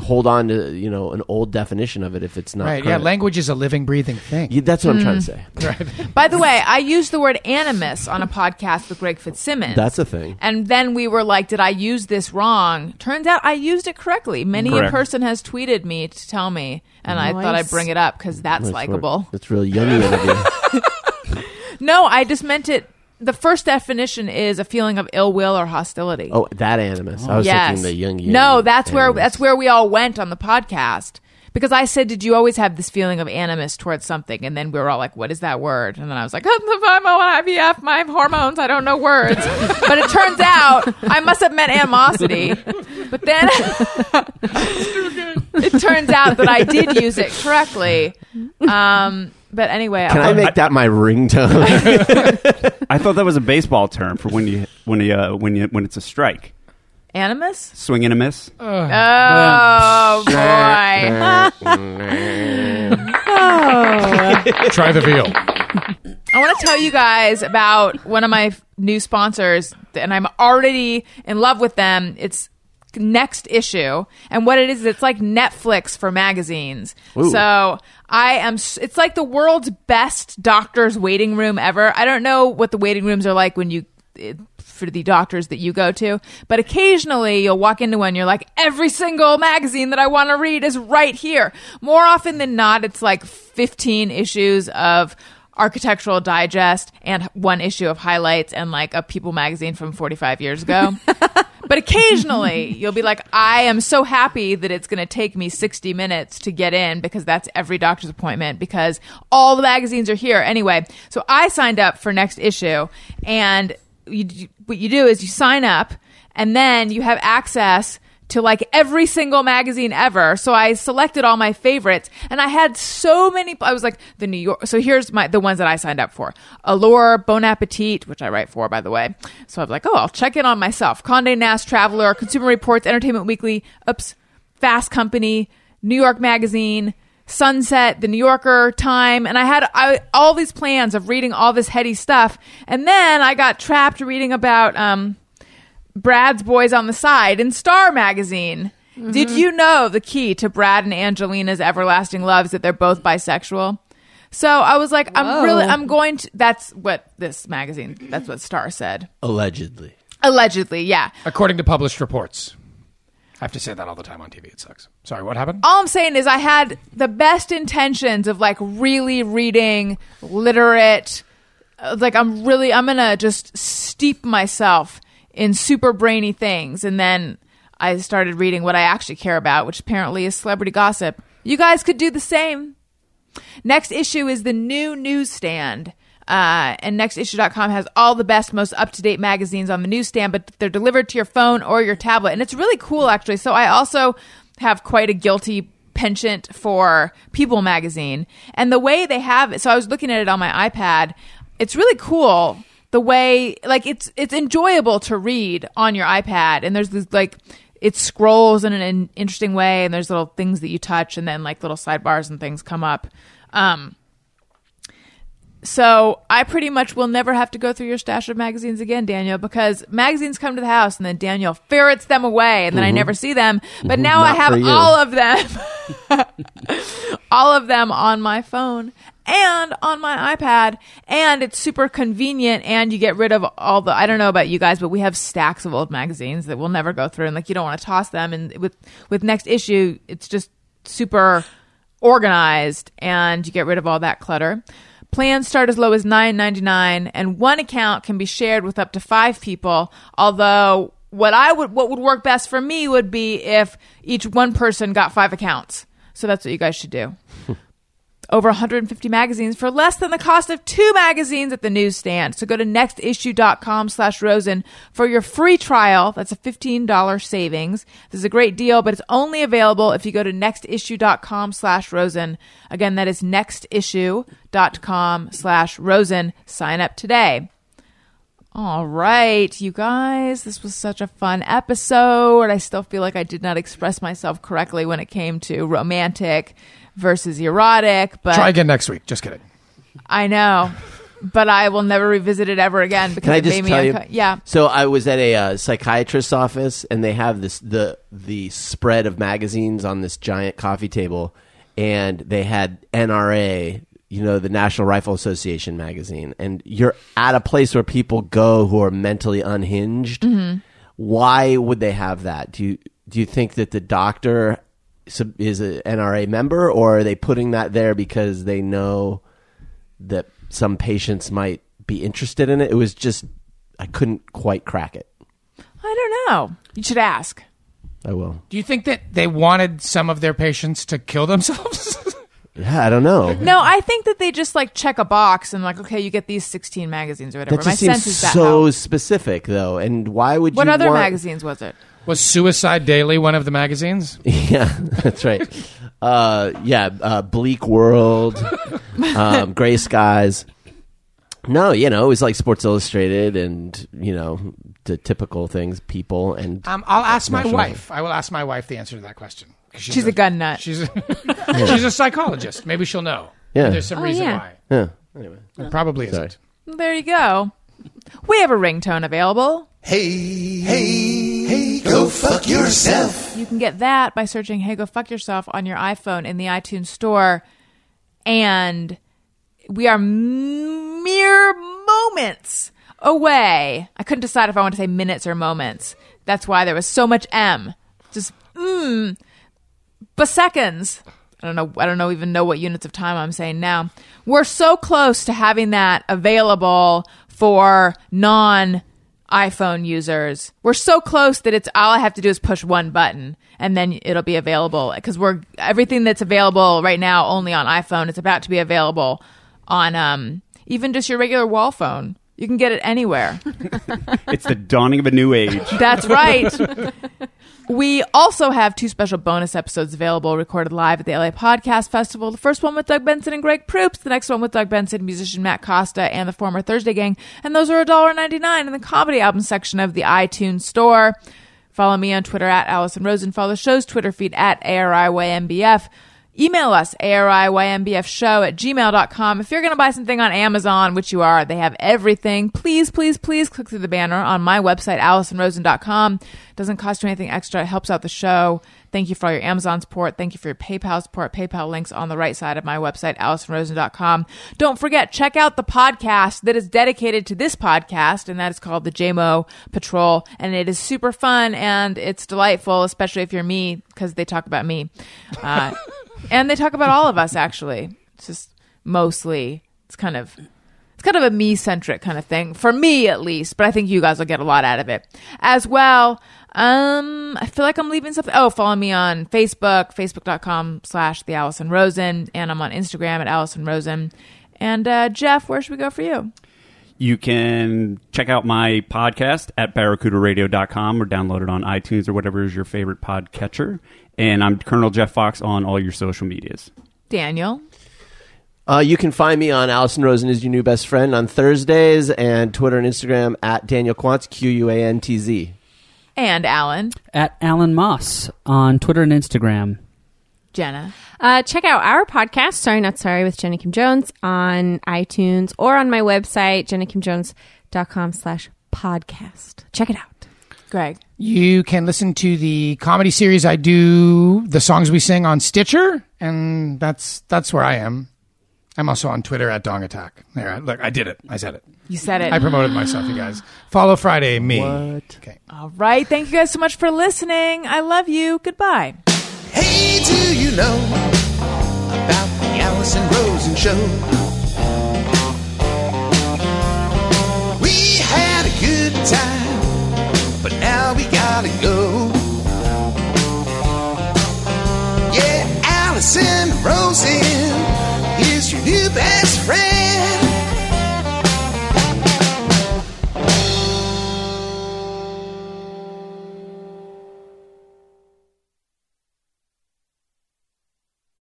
hold on to you know an old definition of it if it's not Right. Yeah. current. Language is a living, breathing thing. Yeah, that's what I'm trying Mm. to say. by the way i used the word animus on a podcast with greg fitzsimmons That's a thing. and then we were like, did I use this wrong? Turns out I used it correctly. Many a Correct. person has tweeted me to tell me, and I thought I'd Nice. bring it up because that's Mm-hmm. Nice work. likable. It's really yummy of you. No, I just meant it. The first definition is a feeling of ill will or hostility. Oh, that animus. I was yes. thinking the young. no, that's where that's where we all went on the podcast because I said, "Did you always have this feeling of animus towards something?" And then we were all like, "What is that word?" And then I was like, "I'm on IVF, my hormones, I don't know words." but it turns out I must have meant animosity. But then it turns out that I did use it correctly. Um, but anyway, Can I make that my ringtone? I thought that was a baseball term for when you when you uh, when you when it's a strike, animus? swing and a miss. Oh boy. Try the veal. I want to tell you guys about one of my f- new sponsors, and I'm already in love with them. It's Next Issue, and what it is, it's like Netflix for magazines. So I am. s- It's like the world's best doctor's waiting room ever. I don't know what the waiting rooms are like when you. it- For the doctors that you go to, but occasionally you'll walk into one. You're like, every single magazine that I want to read is right here. More often than not, it's like 15 issues of Architectural Digest and one issue of Highlights and like a People magazine from 45 years ago. but occasionally you'll be like, I am so happy that it's going to take me 60 minutes to get in because that's every doctor's appointment because all the magazines are here. Anyway, so I signed up for next issue and you, what you do is you sign up and then you have access to like every single magazine ever. So I selected all my favorites and I had so many. I was like, the New York. So here's my, the ones that I signed up for Allure, Bon Appetit, which I write for, by the way. So I was like, oh, I'll check in on myself. Conde Nast, Traveler, Consumer Reports, Entertainment Weekly, oops, Fast Company, New York Magazine, Sunset, The New Yorker, Time, and I had I, all these plans of reading all this heady stuff, and then I got trapped reading about um, Brad's Boys on the Side in Star Magazine. Did you know the key to Brad and Angelina's everlasting love is that they're both bisexual? So I was like, I'm really, I'm going to. That's what this magazine, that's what Star said. Allegedly. Allegedly, yeah. according to published reports. I have to say that all the time on TV. It sucks. Sorry, what happened? All I'm saying is I had the best intentions of like really reading literate. uh, Like I'm really, I'm gonna just steep myself in super brainy things, and then I started reading what I actually care about, which apparently is celebrity gossip. You guys could do the same. Next issue is the new newsstand. Uh, and nextissue.com has all the best, most up to date magazines on the newsstand, but they're delivered to your phone or your tablet. And it's really cool, actually. So I also have quite a guilty penchant for People magazine. And the way they have it, so I was looking at it on my iPad. It's really cool the way like it's it's enjoyable to read on your iPad and there's this like it scrolls in an in- interesting way and there's little things that you touch and then like little sidebars and things come up. Um so I pretty much will never have to go through your stash of magazines again, Daniel, because magazines come to the house and then Daniel ferrets them away and then I never see them. But now I Mm-hmm. Not for have you. all of them. all of them on my phone and on my iPad. And it's super convenient. And you get rid of all the, I don't know about you guys, but we have stacks of old magazines that we'll never go through. And like, you don't want to toss them. And with, with next issue, it's just super organized and you get rid of all that clutter. Plans start as low as nine ninety nine, and one account can be shared with up to five people. Although what I would what would work best for me would be if each one person got five accounts. So that's what you guys should do. Over 150 magazines for less than the cost of two magazines at the newsstand. So go to nextissue.com slash Rosen for your free trial. That's a $15 savings. This is a great deal, but it's only available if you go to nextissue.com slash Rosen. Again, that is nextissue.com slash Rosen. Sign up today. All right, you guys, this was such a fun episode. I still feel like I did not express myself correctly when it came to romantic versus erotic, but Try again next week. Just kidding. I know. But I will never revisit it ever again because Can I it just made me tell you? unco- yeah. So I was at a uh, psychiatrist's office, and they have this the the spread of magazines on this giant coffee table, and they had NRA, you know, the National Rifle Association magazine, and you're at a place where people go who are mentally unhinged. Why would they have that? Do you do you think that the doctor sub- is an NRA member, or are they putting that there because they know? that some patients might be interested in it. It was just I couldn't quite crack it. I don't know. You should ask. I will. Do you think that they wanted some of their patients to kill themselves? Yeah, I don't know. No, I think that they just like check a box and like, okay, you get these 16 magazines or whatever. That just My seems sense is that. so how- specific, though. And why would what you other want- magazines was it? Was Suicide Daily one of the magazines? Yeah, that's right. uh, yeah, uh, bleak world, um, gray skies. No, you know, it was like Sports Illustrated and you know the typical things, people and Um, I'll ask my National- wife. I will ask my wife the answer to that question. 'Cause She's a gun nut. She's a, she's a psychologist. Maybe she'll know. Yeah. There's some Oh, reason yeah. why. yeah. It probably Sorry. isn't. There you go. We have a ringtone available. Hey, hey, hey, go Oh, fuck yourself. You can get that by searching Hey Go Fuck Yourself on your iPhone in the iTunes store. And we are mere moments away. I couldn't decide if I want to say minutes or moments. That's why there was so much M. Just mm, but seconds. I don't know. I don't know even know what units of time I'm saying now. We're so close to having that available for non iPhone users. We're so close that it's all I have to do is push one button and then it'll be available because we're everything that's available right now only on iPhone. It's about to be available on um, even just your regular wall phone. You can get it anywhere. It's the dawning of a new age. That's right. We also have two special bonus episodes available recorded live at the LA Podcast Festival. The first one with Doug Benson and Greg Proops, the next one with Doug Benson, musician Matt Costa, and the former Thursday Gang. And those are $1.99 in the comedy album section of the iTunes store. Follow me on Twitter at Allison Rosen. Follow the show's Twitter feed at ARIYMBF. Email us, ARIYMBFshow at gmail.com. If you're going to buy something on Amazon, which you are, they have everything. Please, please, please click through the banner on my website, AllisonRosen.com. doesn't cost you anything extra. It helps out the show. Thank you for all your Amazon support. Thank you for your PayPal support. PayPal links on the right side of my website, AllisonRosen.com. Don't forget, check out the podcast that is dedicated to this podcast, and that is called the JMO Patrol. And it is super fun and it's delightful, especially if you're me, because they talk about me. Uh, and they talk about all of us, actually. It's just mostly, it's kind of it's kind of a me centric kind of thing for me at least but i think you guys will get a lot out of it as well um i feel like i'm leaving something oh follow me on facebook facebook.com slash the allison rosen and i'm on instagram at allison rosen and uh, jeff where should we go for you You can check out my podcast at barracudaradio.com or download it on iTunes or whatever is your favorite podcatcher. And I'm Colonel Jeff Fox on all your social medias. daniel Uh, you can find me on Allison Rosen is your new best friend on Thursdays and Twitter and Instagram at Daniel Quantz, Q U A N T Z. and alan At Alan Moss on Twitter and Instagram. jenna Uh, check out our podcast, Sorry Not Sorry with Jenny Kim Jones on iTunes or on my website, jennykimjones.com slash podcast. Check it out. greg You can listen to the comedy series I do, the songs we sing on Stitcher, and that's that's where I am. I'm also on Twitter at Dong Attack. There, I- look, I did it. I said it. you said it I promoted myself, you guys. Follow Friday, me. Okay. all right thank you guys so much for listening i love you goodbye Hey, do you know about the Allison Rosen show?